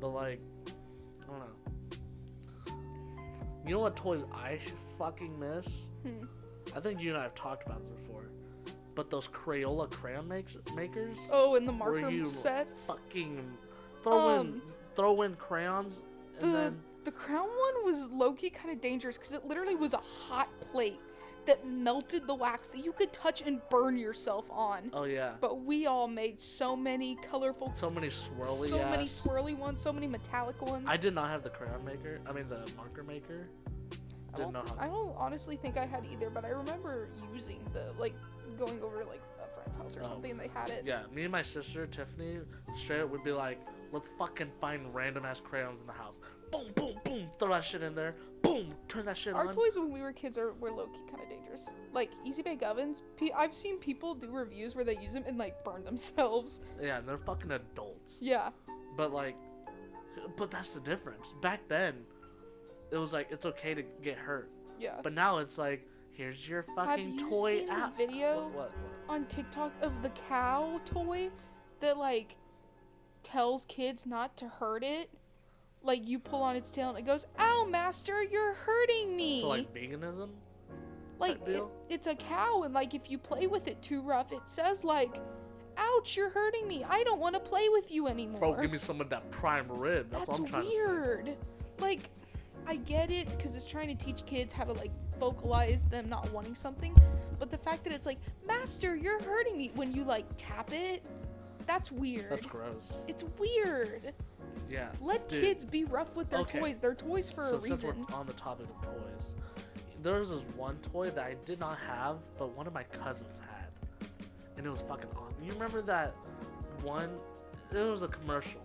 S1: But like, I don't know. You know what toys I fucking miss?
S2: Hmm.
S1: I think you and I have talked about this before. But those Crayola crayon makes, makers.
S2: Oh, and the
S1: Were
S2: marker
S1: you
S2: sets.
S1: fucking throw in
S2: Um,
S1: throw in crayons and
S2: the
S1: then
S2: the crown one was low-key kind of dangerous because it literally was a hot plate that melted the wax that you could touch and burn yourself on
S1: oh yeah
S2: but we all made so many colorful
S1: so many swirly
S2: so many
S1: ass-
S2: swirly ones so many metallic ones
S1: i did not have the crayon maker i mean the marker maker
S2: I
S1: didn't
S2: don't,
S1: know how
S2: I don't honestly think i had either but i remember using the like going over to like a friend's house or
S1: Oh.
S2: something and they had it
S1: yeah me and my sister tiffany straight up would be like let's fucking find random ass crayons in the house boom boom boom throw that shit in there boom turn that shit
S2: Our
S1: on
S2: toys when we were kids are were low key kind of dangerous. Like easy bake ovens, pe- I've seen people do reviews where they use them and like burn themselves.
S1: yeah and they're fucking adults
S2: Yeah,
S1: But like, but that's the difference. Back then, it was like it's okay to get hurt,
S2: yeah.
S1: but now it's like here's your fucking
S2: you
S1: toy
S2: seen the
S1: app.
S2: video?
S1: What, what,
S2: on TikTok of the cow toy that like tells kids not to hurt it. Like you pull on its tail and it goes, "Ow, master, you're hurting
S1: what?
S2: me!"
S1: So like veganism?
S2: Like,
S1: that deal?
S2: it- it's a cow, and like if you play with it too rough, it says like, "Ouch, you're hurting me. I don't want to play with you anymore."
S1: Bro, give me some of that prime rib. That's,
S2: That's
S1: what I'm trying
S2: weird. Like, I get it because it's trying to teach kids how to like vocalize them not wanting something, but the fact that it's like, "Master, you're hurting me" when you like tap it, that's
S1: to say.
S2: weird.
S1: That's gross.
S2: It's weird.
S1: Yeah.
S2: Let
S1: Dude.
S2: kids be rough with their
S1: Okay.
S2: toys. They're toys for
S1: so
S2: a
S1: since
S2: reason.
S1: we're on the topic of toys, there was this one toy that I did not have, but one of my cousins had, and it was fucking awesome. You remember that one? It was a commercial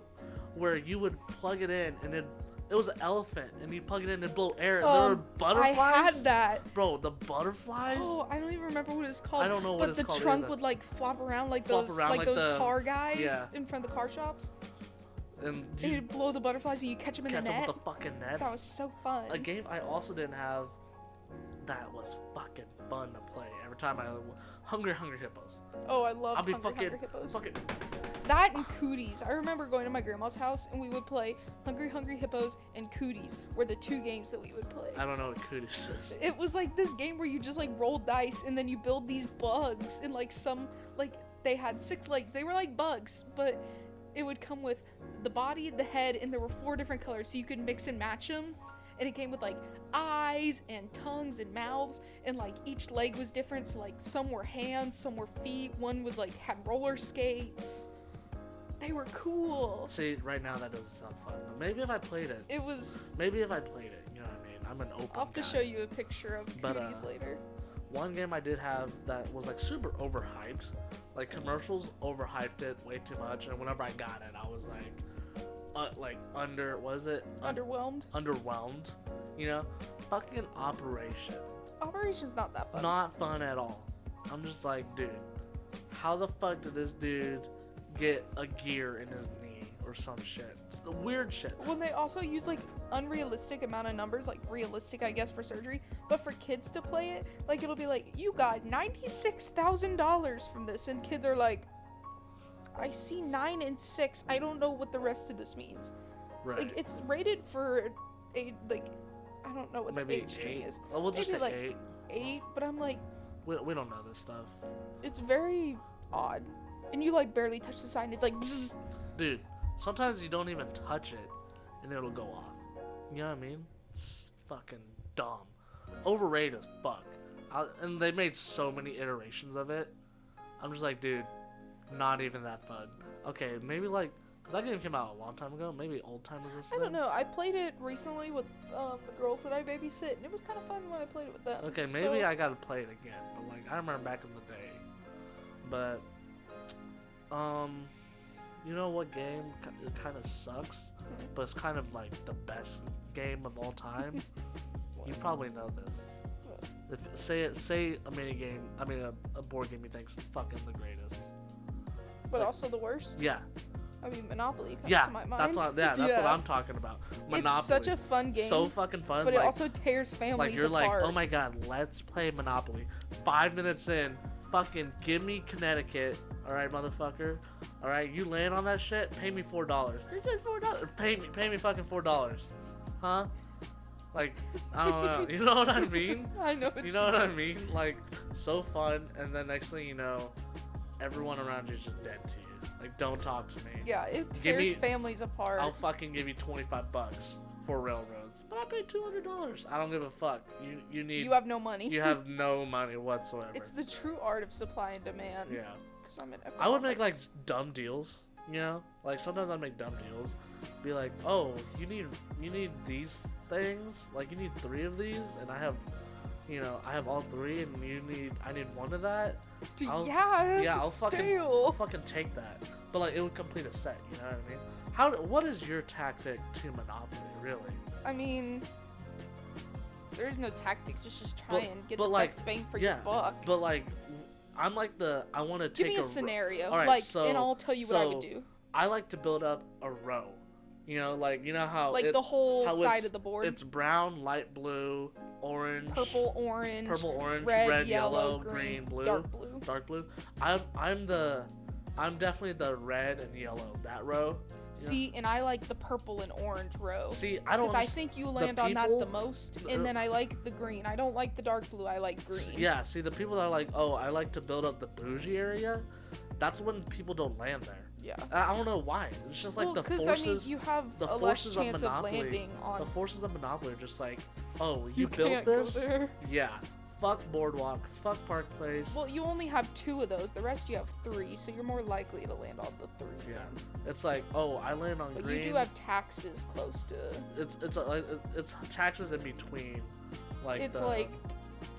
S1: where you would plug it in, and it it was an elephant, and you plug it in and blow air, and there
S2: Um,
S1: were
S2: I
S1: butterflies.
S2: had that.
S1: Bro, the butterflies.
S2: Oh, I don't even remember what it's called.
S1: I don't know what
S2: but
S1: it's
S2: the
S1: called
S2: trunk
S1: either.
S2: would like flop around like
S1: Flop
S2: those
S1: around
S2: like,
S1: like
S2: those
S1: the-
S2: car guys
S1: yeah.
S2: in front of the car shops.
S1: and
S2: And
S1: you
S2: you'd blow the butterflies and you catch them in
S1: catch
S2: a
S1: them
S2: net.
S1: with a fucking net.
S2: That was so fun.
S1: a game I also didn't have that was fucking fun to play. Every time I Hungry Hungry Hippos.
S2: Oh, I love
S1: I'll be
S2: Hungry Hungry
S1: fucking-
S2: Hippos.
S1: Fucking
S2: That and Cooties. I remember going to my grandma's house and we would play Hungry Hungry Hippos and Cooties were the two games that we would play.
S1: I don't know what cooties is.
S2: It was like this game where you just like roll dice and then you build these bugs and like some like they had six legs. They were like bugs, but it would come with the body, the head, and there were four different colors so you could mix and match them. And it came with like eyes and tongues and mouths and like each leg was different. So like some were hands, some were feet. One was like had roller skates. They were cool.
S1: See, right now that doesn't sound fun. But maybe if I played it.
S2: It was.
S1: Maybe if I played it. You know what I mean? I'm an open.
S2: I'll have to
S1: guy.
S2: show you a picture of
S1: But, uh,
S2: cooties later.
S1: One game I did have that was like super overhyped. Like commercials overhyped it way too much, and whenever I got it, I was like, uh, like under was it Un-
S2: Underwhelmed.
S1: underwhelmed? You know, fucking Operation.
S2: Operation's not that fun.
S1: Not fun at all. I'm just like, dude, how the fuck did this dude get a gear in his knee or some shit? It's the weird shit.
S2: when they also use like unrealistic amount of numbers, like realistic, I guess, for surgery, but for kids to play it, like it'll be like you got ninety six thousand dollars from this, and kids are like, I see nine and six. I don't know what the rest of this means.
S1: Right.
S2: Like it's rated for a like, I don't know what
S1: Maybe
S2: the age thing
S1: eight.
S2: is,
S1: Oh, we'll just
S2: maybe,
S1: say
S2: like-
S1: eight.
S2: eight. But I'm like,
S1: We, we don't know this stuff,
S2: it's very odd, and you like barely touch the sign. It's like, bzzz.
S1: dude. Sometimes you don't even touch it, and it'll go off. You know what I mean? It's fucking dumb, overrated as fuck. I, and they made so many iterations of it. I'm just like, dude, not even that fun. Okay, maybe like, cause that game came out a long time ago. Maybe old timers or
S2: I
S1: something.
S2: don't know. I played it recently with um, the girls that I babysit, and it was kind of fun when I played it with them.
S1: Okay, maybe
S2: So-
S1: I gotta play it again, but like I remember back in the day. But um, you know what game ki- it kind of sucks, but it's kind of like the best game of all time. you probably know this. If, say it. Say a mini game. I mean, a, a board game you think's fucking the greatest.
S2: but
S1: Like-
S2: also the worst.
S1: Yeah,
S2: I mean, Monopoly comes
S1: yeah.
S2: to my mind.
S1: That's what. Yeah, that's what
S2: Yeah.
S1: I'm talking about. Monopoly.
S2: It's such a fun game,
S1: so fucking fun.
S2: but it
S1: like-
S2: also tears families
S1: Like you're
S2: apart.
S1: like, oh my god, let's play Monopoly. Five minutes in, fucking give me Connecticut. All right, motherfucker. All right, you land on that shit. Pay me four dollars. It's just four dollars. Pay me, pay me fucking four dollars, huh? Like, I don't know. You know what I mean?
S2: I know.
S1: You know what I mean? Like, so fun, and then next thing you know, everyone around you is just dead to you. Like, don't talk to me.
S2: Yeah, it
S1: Give
S2: tears
S1: me-
S2: families apart.
S1: I'll fucking give you twenty five bucks for railroads, but I paid two hundred dollars. I don't give a fuck. You you need
S2: you have no money.
S1: you have no money whatsoever.
S2: It's the true art of supply and demand.
S1: yeah.
S2: 'cause I'm in
S1: I would make like
S2: economics.
S1: dumb deals, you know? Like sometimes I'd make dumb deals. Be like, oh, you need you need these things, like you need three of these and I have you know, I have all three and you need I need one of that.
S2: D-
S1: I'll-
S2: yeah,
S1: yeah,
S2: it's
S1: I'll fucking- I'll
S2: stale.
S1: fucking take that. But like it would complete a set, you know what I mean? How what is your tactic to Monopoly, really?
S2: I mean, there's no tactics. Just just try
S1: But-
S2: and get
S1: but,
S2: the
S1: like,
S2: best bang for
S1: yeah,
S2: your buck.
S1: But like I'm like the I wanna
S2: Give
S1: take
S2: me a,
S1: ro-
S2: scenario,
S1: all right,
S2: like,
S1: so-
S2: and I'll tell you what I would
S1: so
S2: do.
S1: I like to build up a row. You know, like you know how
S2: Like
S1: it-
S2: the whole
S1: how
S2: side
S1: it's-
S2: of the board.
S1: It's brown, light blue, orange,
S2: purple, orange,
S1: purple, orange,
S2: red,
S1: red,
S2: yellow,
S1: green,
S2: green,
S1: blue,
S2: dark blue.
S1: dark blue. I'm I'm the I'm definitely the red and yellow that row.
S2: See, and I like the purple and orange row
S1: See, I don't.
S2: because I think you land on that
S1: people-
S2: the most.
S1: uh,
S2: And then I like the green. I don't like the dark blue. I like green.
S1: understand- Yeah, see the people that are like, oh, I like to build up the bougie area. That's when people don't land there.
S2: yeah.
S1: I I don't know why. It's just like
S2: well,
S1: the
S2: because
S1: forces.
S2: I mean, you have
S1: the
S2: a less
S1: forces of
S2: chance of,
S1: Monopoly,
S2: landing on.
S1: The forces of Monopoly are just like, oh, you,
S2: you
S1: built
S2: can't go
S1: this.
S2: there.
S1: Yeah. Fuck boardwalk. Fuck park place.
S2: Well, you only have two of those. The rest you have three, so you're more likely to land on the three.
S1: Yeah. It's like, oh, I land on
S2: But
S1: green.
S2: you do have taxes close to.
S1: it's it's a, like, it's taxes in between, like
S2: it's
S1: the,
S2: like,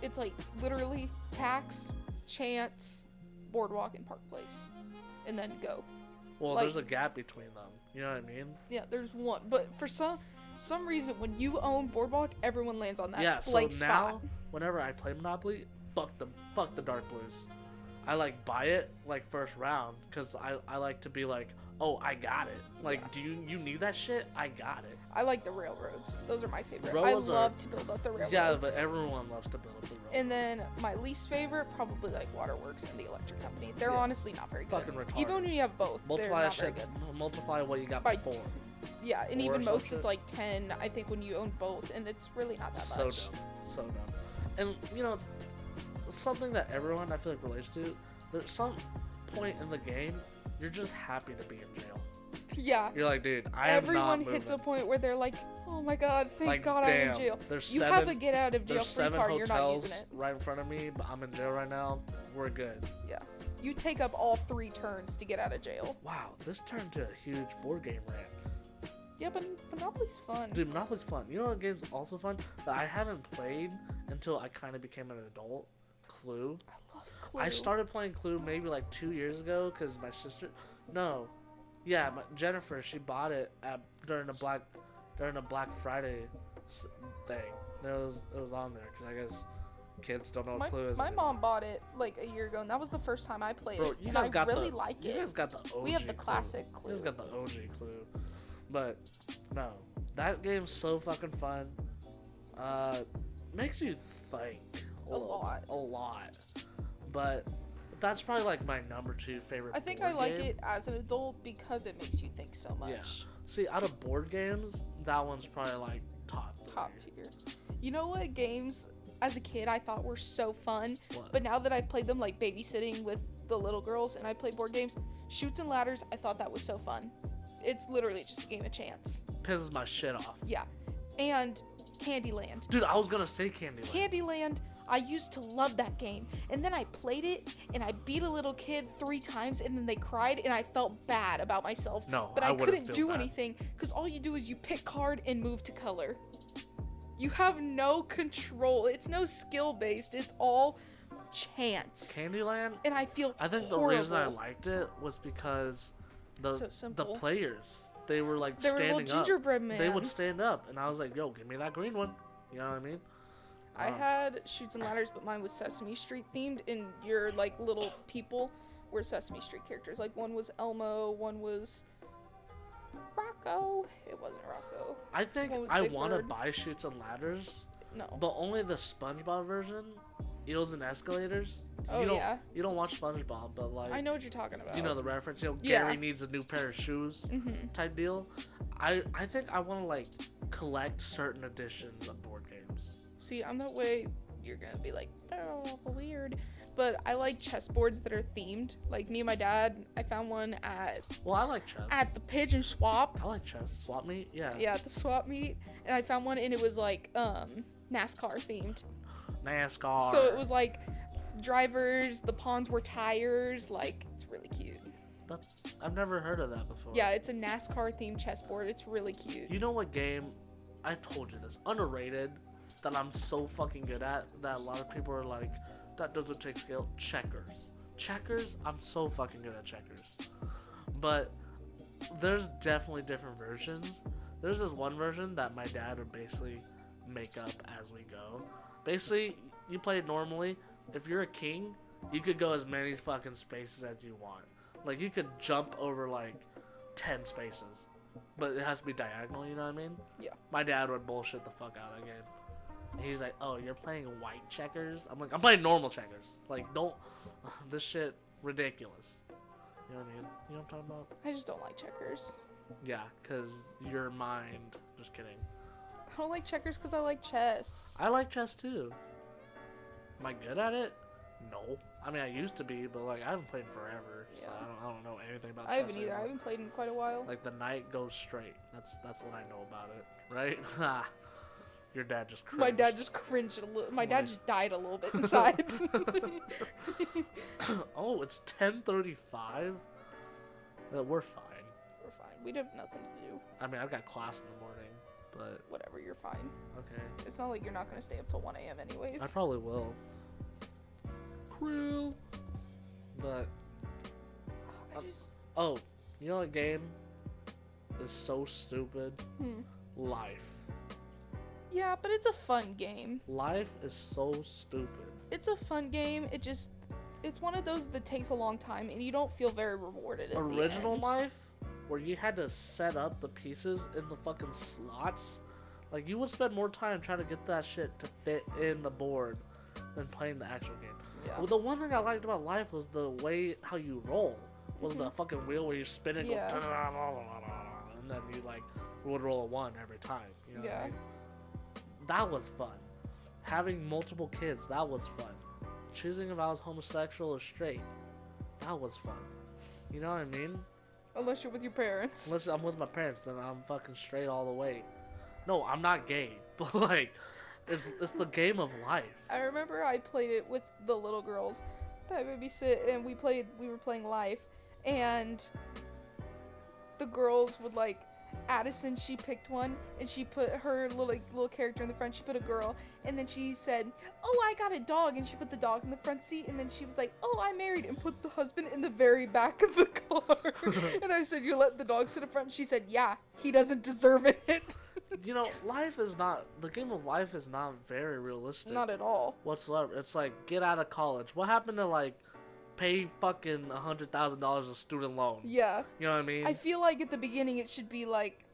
S2: it's like literally tax, chance, boardwalk, and park place, and then go.
S1: well,
S2: like-
S1: there's a gap between them. You know what I mean?
S2: Yeah, there's one, but for some some reason, when you own Boardwalk, everyone lands on that
S1: yeah. So
S2: blank
S1: now,
S2: spot.
S1: whenever I play Monopoly, fuck the fuck the dark blues. I like buy it like first round because I I like to be like, oh, I got it. Like,
S2: Yeah.
S1: do you you need that shit? I got it.
S2: I like the railroads; those are my favorite. I
S1: Railroads are-
S2: love to build up the railroads.
S1: Yeah, but everyone loves to build up the road.
S2: and then my least favorite, probably like Waterworks and the Electric Company. They're
S1: Yeah.
S2: honestly not very good.
S1: fucking retarded.
S2: Even when you have both,
S1: multiply
S2: they're
S1: that
S2: not very
S1: shit.
S2: good.
S1: m- Multiply what you got
S2: By
S1: before.
S2: t- Yeah, and
S1: Four
S2: even
S1: or some
S2: most,
S1: shit.
S2: it's like ten. I think when you own both, and it's really not that
S1: so
S2: much.
S1: dumb, so dumb. And you know, something that everyone I feel like relates to. There's some point in the game you're just happy to be in jail.
S2: Yeah,
S1: You're like, dude, I am not
S2: everyone
S1: moving.
S2: hits a point where they're like, "Oh my God, thank
S1: like,
S2: God
S1: damn,
S2: I'm in jail."
S1: There's
S2: You
S1: seven,
S2: have a get out of jail
S1: there's
S2: free
S1: seven
S2: card. You're not
S1: hotels
S2: using it.
S1: right in front of me, but I'm in jail right now. We're good.
S2: Yeah. You take up all three turns to get out of jail.
S1: Wow, this turned to a huge board game rant.
S2: Yeah, but Monopoly's fun.
S1: Dude, Monopoly's fun. You know what game's also fun that I haven't played until I kind of became an adult? Clue.
S2: I love Clue.
S1: I started playing Clue maybe like two years ago because my sister, no, yeah, my, Jennifer she bought it at, during the black during the Black Friday s- thing. It was it was on there because I guess kids don't know what
S2: My,
S1: Clue is.
S2: my
S1: anymore.
S2: mom bought it like a year ago, and that was the first time I played
S1: Bro,
S2: it.
S1: you
S2: and I
S1: guys got
S2: really
S1: the
S2: like
S1: you
S2: it.
S1: guys got the OG
S2: We have the
S1: Clue.
S2: classic
S1: You
S2: Clue.
S1: guys got the OG Clue, but no, that game's so fucking fun. Uh, makes you think
S2: A
S1: little-
S2: lot.
S1: a lot. But that's probably like my number two favorite.
S2: I think I
S1: board
S2: like
S1: game.
S2: it as an adult because it makes you think so much.
S1: See, out of board games, that one's probably like top. Three.
S2: Top tier. You know what games as a kid I thought were so fun,
S1: What?
S2: but now that I've played them like babysitting with the little girls and I play board games, shoots and ladders, I thought that was so fun. It's literally just a game of chance.
S1: pisses my shit off.
S2: And Candyland.
S1: Dude, I was gonna say Candyland.
S2: Candyland, I used to love that game. And then I played it and I beat a little kid three times and then they cried and I felt bad about myself.
S1: no,
S2: But I,
S1: I, wouldn't
S2: couldn't
S1: feel
S2: do
S1: bad.
S2: anything because all you do is you pick card and move to color. You have no control. It's no skill based. It's all chance.
S1: Candyland.
S2: And I feel
S1: I think
S2: horrible.
S1: the reason I liked it was because the
S2: so
S1: the
S2: simple.
S1: players they were like
S2: there were little
S1: standing up.
S2: gingerbread man.
S1: They would stand up, and I was like, "Yo, give me that green one." You know what I mean?
S2: I
S1: Um,
S2: had shoots and ladders, but mine was Sesame Street themed, and your like little people were Sesame Street characters. Like one was Elmo, one was Rocco. It wasn't Rocco.
S1: I think
S2: What was
S1: I
S2: Big
S1: want to
S2: Bird?
S1: buy shoots and ladders,
S2: No.
S1: but only the SpongeBob version, eels and escalators.
S2: Oh
S1: you don't,
S2: yeah,
S1: You don't watch SpongeBob, but like
S2: I know what you're talking about.
S1: you know the reference. You know,
S2: Yeah.
S1: Gary needs a new pair of shoes
S2: hmm
S1: type deal. I I think I want to like collect certain editions of board games.
S2: See, I'm that way. You're gonna be like, oh, weird. But I like chessboards that are themed. Like me and my dad, I found one at
S1: Well, I like chess.
S2: at the pigeon swap.
S1: I like chess. Swap meet. Yeah.
S2: Yeah, at the swap meet, and I found one, and it was like um NASCAR themed.
S1: NASCAR.
S2: So it was like drivers, the pawns were tires. Like it's really cute.
S1: I've never heard of that before.
S2: Yeah, it's a NASCAR themed chessboard. It's really cute.
S1: You know what game? I told you this. Underrated. That I'm so fucking good at. That a lot of people are like, that doesn't take skill. Checkers. Checkers. I'm so fucking good at checkers. But there's definitely different versions. There's this one version that my dad would basically make up as we go. Basically, you play it normally. If you're a king, you could go as many fucking spaces as you want. Like you could jump over like ten spaces, but it has to be diagonal. You know what I mean?
S2: Yeah.
S1: My dad would bullshit the fuck out of that game. And he's like, "Oh, you're playing white checkers." I'm like, "I'm playing normal checkers. Like, don't this shit ridiculous." You know what I mean? You know what I'm talking about?
S2: I just don't like checkers.
S1: Yeah, cause your mind. Just kidding.
S2: I don't like checkers because I like chess.
S1: I like chess too. Am I good at it? No. I mean, I used to be, but like I haven't played in forever, so
S2: Yeah.
S1: I don't, I don't know anything about.
S2: I haven't
S1: chess
S2: either. I
S1: anymore.
S2: haven't played in quite a while.
S1: Like the night goes straight. That's that's what I know about it, right? Ha. Your dad just. Cringed.
S2: My dad just cringed a little. My dad
S1: Like-
S2: just died a little bit inside.
S1: oh, it's ten thirty-five. Uh, we're fine.
S2: We're fine. We'd have nothing to do.
S1: I mean, I've got class in the morning, but
S2: Whatever, you're fine.
S1: okay.
S2: It's not like you're not gonna stay up till 1 a.m. anyways.
S1: I probably will. Krill. But
S2: I just,
S1: oh, you know what game is so stupid?
S2: hmm.
S1: Life.
S2: Yeah, but it's a fun game.
S1: Life is so stupid.
S2: It's a fun game. It just, it's one of those that takes a long time, and you don't feel very rewarded. At
S1: Original
S2: the end.
S1: life, where you had to set up the pieces in the fucking slots. Like you would spend more time trying to get that shit to fit in the board than playing the actual game.
S2: Yeah.
S1: Well, the one thing I liked about life was the way how you roll. Was the fucking wheel where you spin it, go
S2: Mm-hmm. Yeah.
S1: and then you like would roll a one every time. You know what I
S2: Yeah.
S1: mean? That was fun. Having multiple kids, that was fun. Choosing if I was homosexual or straight, that was fun. You know what I mean?
S2: Unless you're with your parents.
S1: Unless I'm with my parents, then I'm fucking straight all the way. No, I'm not gay, but like, it's it's the game of life.
S2: I remember I played it with the little girls. that I babysit, and we played. We were playing life, and the girls would like. Addison, she picked one, and she put her little like, little character in the front. She put a girl, and then she said, "Oh, I got a dog," and she put the dog in the front seat. And then she was like, "Oh, I married," and put the husband in the very back of the car. and I said, "You let the dog sit up front?" She said, "Yeah, he doesn't deserve it."
S1: You know, life is not the game of life is not very realistic
S2: Not at all.
S1: whatsoever. It's like get out of college. What happened to like pay fucking a hundred thousand dollars of student loan?
S2: Yeah.
S1: You know what I mean?
S2: I feel like at the beginning it should be like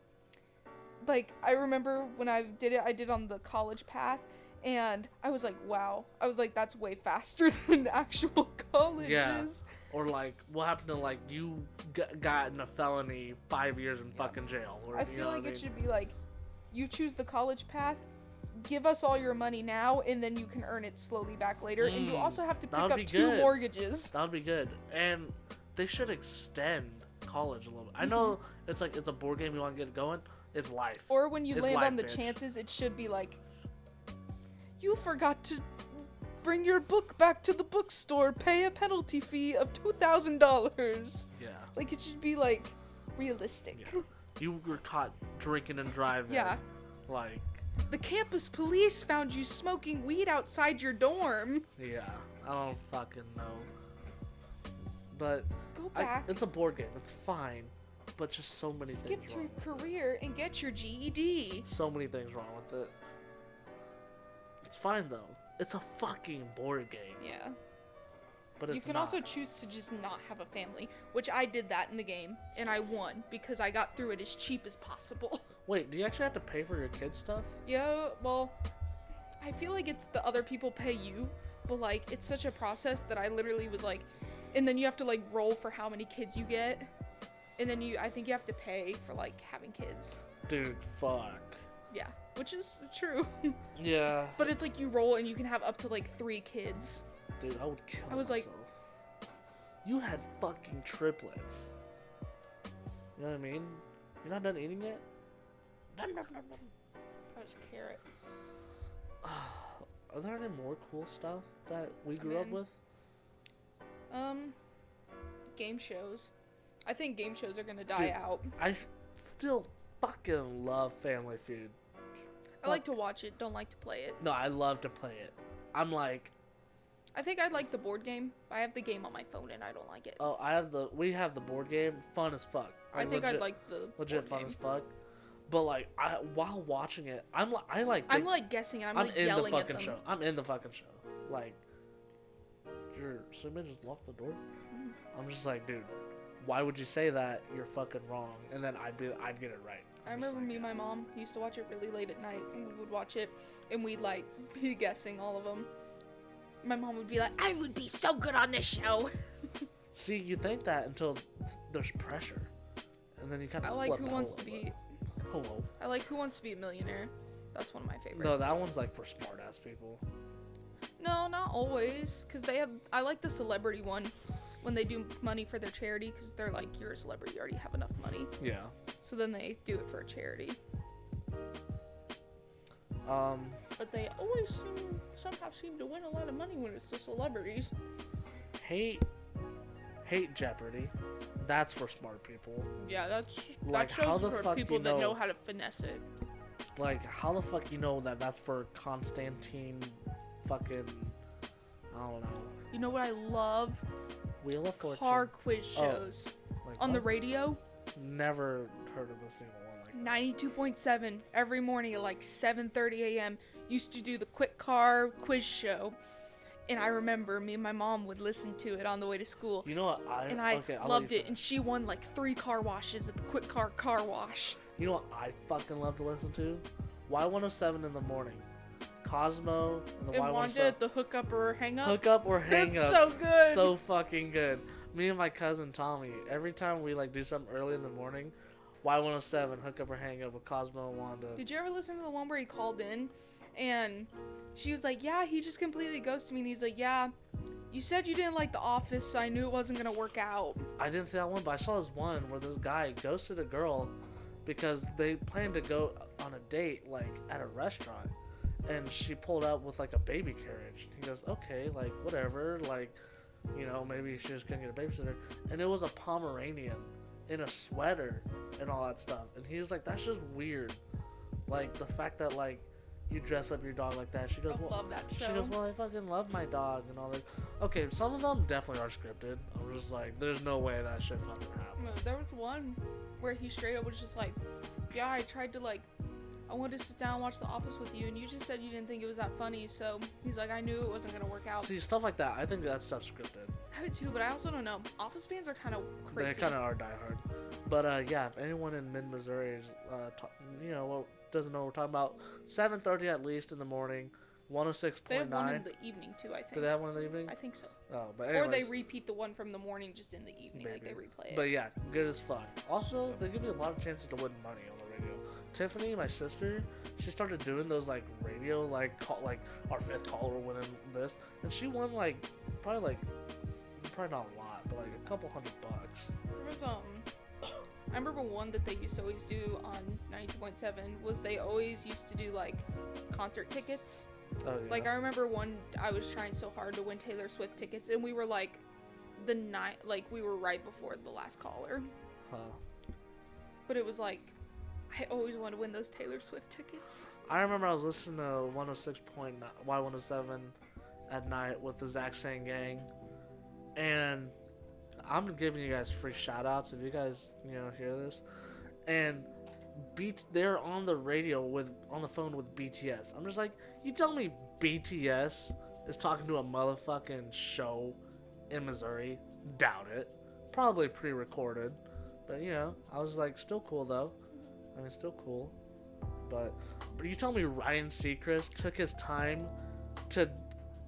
S2: like I remember when I did it I did on the college path and I was like wow I was like that's way faster than actual colleges
S1: or like what happened to like you g- got in a felony five years in fucking jail? Or,
S2: I
S1: you know
S2: feel
S1: what
S2: like
S1: mean?
S2: it should be like you choose the college path give us all your money now and then you can earn it slowly back later and you
S1: Mm,
S2: also have to pick
S1: that'd
S2: up
S1: be
S2: two
S1: good.
S2: mortgages
S1: That would be good. And they should extend college a little bit. I know it's like it's a board game you want to get going. It's life.
S2: Mm-hmm. or when you
S1: It's
S2: land
S1: life,
S2: on the
S1: bitch.
S2: chances it should be like you forgot to bring your book back to the bookstore pay a penalty fee of $2000
S1: yeah.
S2: like it should be like realistic
S1: Yeah. You were caught drinking and driving.
S2: Yeah.
S1: Like,
S2: the campus police found you smoking weed outside your dorm
S1: yeah. I don't fucking know. But
S2: go
S1: I,
S2: back
S1: it's a board game. It's fine. But just so many
S2: skip
S1: things
S2: to
S1: wrong. with it.
S2: career and get your E ged
S1: So many things wrong with it. It's fine though. It's a fucking board game.
S2: yeah
S1: But it's
S2: you can
S1: not.
S2: also choose to just not have a family which i did that in the game and i won because i got through it as cheap as possible
S1: Wait, do you actually have to pay for your kids' stuff?
S2: Yeah, well, I feel like it's the other people pay you, but like it's such a process that I literally was like, and then you have to like roll for how many kids you get, and then you I think you have to pay for like having kids.
S1: Dude, fuck.
S2: Yeah, which is true,
S1: Yeah.
S2: but it's like you roll and you can have up to like three kids.
S1: Dude, I would kill
S2: I was like-
S1: myself. you had fucking triplets. You know what I mean? You're not done eating yet? Nom, nom, nom, nom.
S2: That was carrot.
S1: Are there any more cool stuff that we
S2: I
S1: grew up
S2: mean-
S1: with?
S2: Um, game shows. I think game shows are gonna die
S1: Dude,
S2: out.
S1: I s- still fucking love Family Feud.
S2: I like to watch it. Don't like to play it.
S1: No, I love to play it. I'm like,
S2: I think I like the board game. I have the game on my phone and I don't like it.
S1: oh, I have the, we have the board game, fun as fuck.
S2: I, think I'd
S1: legit-
S2: like the
S1: legit
S2: board
S1: fun
S2: game.
S1: as fuck. But like, I while watching it, I'm like, I like,
S2: I'm
S1: think-
S2: like guessing and I'm,
S1: I'm
S2: like
S1: in the
S2: yelling at
S1: fucking
S2: them.
S1: show. I'm in the fucking show. Like, your submit just locked the door. I'm just like, dude, why would you say that? You're fucking wrong. And then I'd be, I'd get it right.
S2: I
S1: I'm just
S2: remember me and my mom used to watch it really late at night and we would watch it and we'd like be guessing all of them. My mom would be like, I would be so good on this show.
S1: like- See, you think that until there's pressure, and then you kind
S2: I
S1: of
S2: like Who Wants to Be
S1: Hello.
S2: I like Who Wants to Be a Millionaire. That's one of my favorites.
S1: No, that one's like for smart ass people.
S2: No, not always cuz they have I like the celebrity one when they do money for their charity cuz they're like you're a celebrity, you already have enough money.
S1: Yeah.
S2: So then they do it for a charity.
S1: Um.
S2: But they always seem somehow seem to win a lot of money when it's the celebrities.
S1: hate hate Jeopardy. That's for smart people.
S2: Yeah, that's
S1: Like,
S2: that shows
S1: how the
S2: for
S1: fuck
S2: people
S1: you
S2: that
S1: know-
S2: know how to finesse it.
S1: Like, how the fuck you know that that's for Constantine fucking I don't know.
S2: You know what I love?
S1: Wheel of Fortune.
S2: Car quiz
S1: Oh,
S2: shows
S1: Like,
S2: on the
S1: I've
S2: radio.
S1: Never heard of a single one like that.
S2: Ninety-two point seven every morning at like seven thirty a.m. Used to do the quick car quiz show, and I remember me and my mom would listen to it on the way to school,
S1: You know what I
S2: and I
S1: okay, I'll let
S2: loved
S1: you
S2: it. And
S1: finish.
S2: she won like three car washes at the quick car car wash.
S1: You know what I fucking love to listen to? Y one oh seven in the morning. Cosmo and the
S2: And
S1: Y one oh
S2: Wanda
S1: seven
S2: at the hookup or hang up.
S1: hook up or hang
S2: That's
S1: up.
S2: so good.
S1: so fucking good. Me and my cousin Tommy, every time we like do something early in the morning, Y107, hook up or hang up with Cosmo and Wanda.
S2: Did you ever listen to the one where he called in and she was like, Yeah, he just completely ghosted me? And he's like, Yeah, you said you didn't like The Office, so I knew it wasn't going to work out.
S1: I didn't see that one, but I saw this one where this guy ghosted a girl because they planned to go on a date like at a restaurant, and she pulled up with like a baby carriage. He goes, okay, like whatever, like you know, maybe she just couldn't get a babysitter. And it was a Pomeranian in a sweater and all that stuff. And he was like, that's just weird. Like, the fact that, like, you dress up your dog like that. She goes,
S2: I
S1: well,
S2: love that
S1: she
S2: show.
S1: goes, well, I fucking love my dog and all that. Okay, some of them definitely are scripted. I was just like, there's no way that shit fucking happened.
S2: No, There was one where he straight up was just like, "Yeah, I tried to like, I wanted to sit down and watch The Office with you, and you just said you didn't think it was that funny." So he's like, "I knew it wasn't gonna work out."
S1: See, stuff like that, I think that stuff's scripted.
S2: I would too, but I also don't know. Office fans are kind of
S1: They
S2: crazy.
S1: kind of are diehard. But uh, yeah, if anyone in mid Missouri, is, uh, ta you know, well, doesn't know what we're talking about, 7:30 at least in the morning,
S2: They have one in
S1: 106.9.
S2: the evening too, I
S1: Do
S2: think.
S1: they have one in the evening?
S2: I think so.
S1: Oh, but
S2: Or they
S1: anyways,
S2: repeat the one from the morning just in the evening, like they replay it.
S1: But yeah, good as fuck. Also, they give me a lot of chances to win money on the radio. Tiffany, my sister, she started doing those like radio, like call, like our fifth caller winning this, and she won like probably like probably not a lot, but like a couple hundred bucks.
S2: There was um, I remember one that they used to always do on 92.7 was they always used to do like concert tickets.
S1: Oh, yeah.
S2: Like I remember one, I was trying so hard to win Taylor Swift tickets, and we were like, the night, like we were right before the last caller.
S1: Huh.
S2: But it was like, I always want to win those Taylor Swift tickets.
S1: I remember I was listening to 106.9 Y107 at night with the Zach Sang gang, and I'm giving you guys free shout outs if you guys you know hear this, and beat they're on the radio with on the phone with BTS. I'm just like, you tell me BTS is talking to a motherfucking show in Missouri? Doubt it. Probably pre-recorded, but you know I was like, still cool though. I mean, still cool, but but you tell me Ryan Seacrest took his time to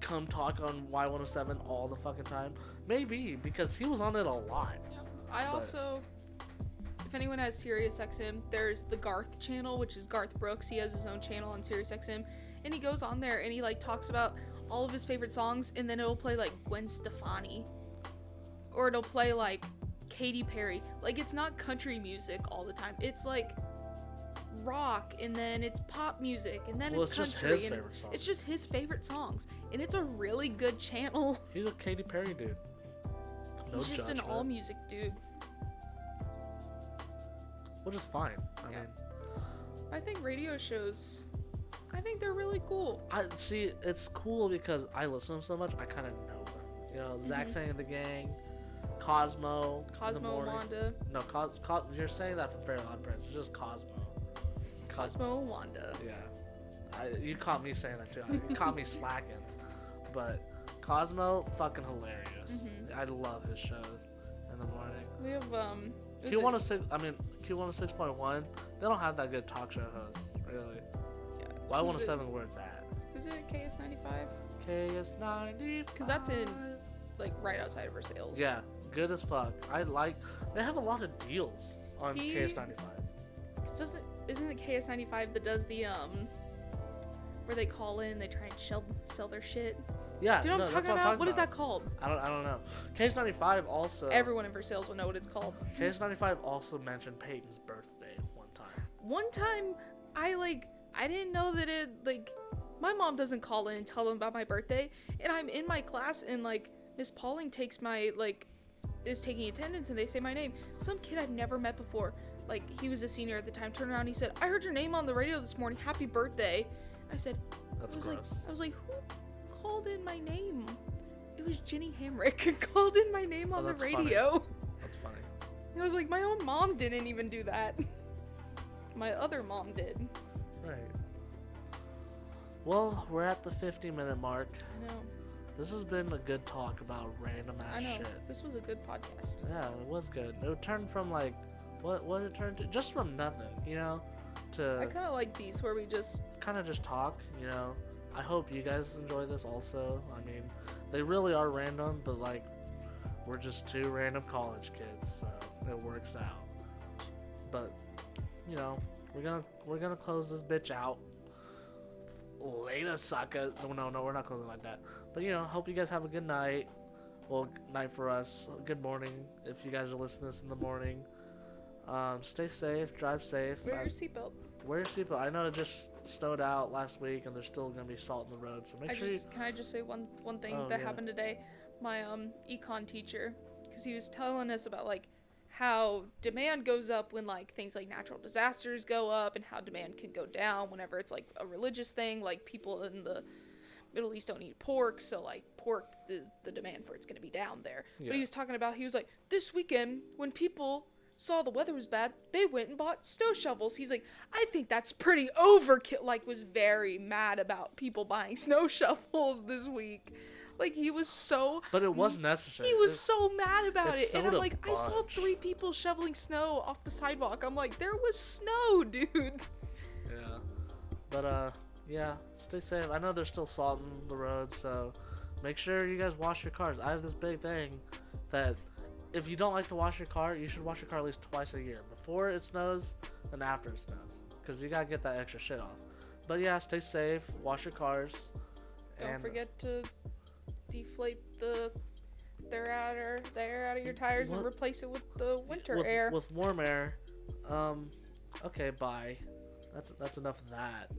S1: come talk on Y107 all the fucking time? Maybe because he was on it a lot.
S2: I
S1: But-
S2: also, if anyone has SiriusXM, there's the Garth channel, which is Garth Brooks. He has his own channel on SiriusXM, and he goes on there and he like talks about all of his favorite songs, and then it'll play like Gwen Stefani, or it'll play like Katy Perry. Like it's not country music all the time. It's like rock, and then it's pop music, and then
S1: well, it's
S2: it's
S1: just
S2: country,
S1: his
S2: and
S1: favorite
S2: it's,
S1: song.
S2: it's just his favorite songs, and it's a really good channel.
S1: He's a Katy Perry dude. No
S2: He's just
S1: judgment,
S2: an all music dude.
S1: which is fine. I
S2: Yeah.
S1: mean,
S2: I think radio shows, I think they're really cool.
S1: I see. It's cool because I listen to them so much. I kind of know them. You know, Zach
S2: Mhm.
S1: saying the gang, Cosmo, in the
S2: Cosmo
S1: morning.
S2: Wanda.
S1: No, Cos, Cos, you're saying that from Fairly Odd Parents. It's just Cosmo.
S2: Cosmo Wanda.
S1: Yeah. I, you caught me saying that too. You caught me slacking. But Cosmo, fucking hilarious.
S2: Mhm.
S1: I love his shows in the morning.
S2: We have, um. is it-
S1: Q106, I mean, Q106.1, they don't have that good talk show hosts, really.
S2: Yeah. Who's it-
S1: Y107, where it's at.
S2: Who's it? KS95?
S1: KS90. Because
S2: that's in- Like, right outside of our sales.
S1: Yeah, good as fuck. I like. They have a lot of deals on
S2: He-
S1: KS95.
S2: Doesn't, isn't it KS95 that does the, um. Where they call in, they try and shell, sell their shit?
S1: Yeah.
S2: Do you
S1: no,
S2: know Uh, what
S1: that's
S2: I'm talking about? Uh, What is that called?
S1: I don't, I don't know. KS95 also.
S2: Everyone in for sales will know what it's called.
S1: KS95 also mentioned Peyton's birthday one time.
S2: One time, I, like, I didn't know that it, like, my mom doesn't call in and tell them about my birthday and i'm in my class and like miss pauling takes my like is taking attendance and they say my name some kid i've never met before like he was a senior at the time turned around and he said i heard your name on the radio this morning happy birthday i said
S1: That's
S2: i was
S1: gross.
S2: like i was like who called in my name it was jenny hamrick called in my name
S1: Oh,
S2: on the
S1: that's funny.
S2: radio
S1: That's funny.
S2: and i was like my own mom didn't even do that my other mom did
S1: Right. Well, we're at the 50 minute mark.
S2: i know
S1: This has been a good talk about random
S2: i
S1: ass
S2: know
S1: Ah, shit.
S2: this was a good podcast
S1: Yeah, it was good. It turned from like, what what it turned to? Just from nothing, you know,
S2: I
S1: to
S2: kind of like these where we just
S1: kind of just talk, you know. I hope you guys enjoy this also. I mean, they really are random, but like, we're just two random college kids, so it works out. But you know, we're gonna we're gonna close this bitch out. Later, sucker. No, no, no, we're not closing like that. But you know, hope you guys have a good night. Well, good night for us. Good morning if you guys are listening to this in the morning. Um, stay safe, drive safe.
S2: wear
S1: I-
S2: your seatbelt.
S1: Where's people? I know it just snowed out last week, and there's still gonna be salt in the road. So make
S2: I
S1: sure
S2: just can I just say one one thing
S1: Oh,
S2: that
S1: yeah.
S2: happened today. my um econ teacher because he was telling us about like how demand goes up when like things like natural disasters go up and how demand can go down whenever it's like a religious thing like people in the middle east don't eat pork so like pork the, the demand for it's going to be down there but
S1: Yeah.
S2: he was talking about he was like this weekend when people saw the weather was bad they went and bought snow shovels he's like i think that's pretty overkill like was very mad about people buying snow shovels this week like he was so
S1: But it was necessary.
S2: he was
S1: It-
S2: so mad about
S1: it
S2: it, and
S1: snowed
S2: I'm
S1: a
S2: like, I saw
S1: bunch.
S2: three people shoveling snow off the sidewalk. I'm like, there was snow, dude.
S1: Yeah. But uh, yeah, stay safe. I know there's still salt in the road, so make sure you guys wash your cars. I have this big thing that if you don't like to wash your car, you should wash your car at least twice a year, before it snows and after it snows, because you gotta get that extra shit off. But yeah, stay safe. Wash your cars.
S2: Don't
S1: and- uh,
S2: forget to deflate the they're out of they're out of your tires and
S1: What?
S2: replace it with the winter
S1: with,
S2: air.
S1: with warm air. Um, okay, bye. That's that's enough of that.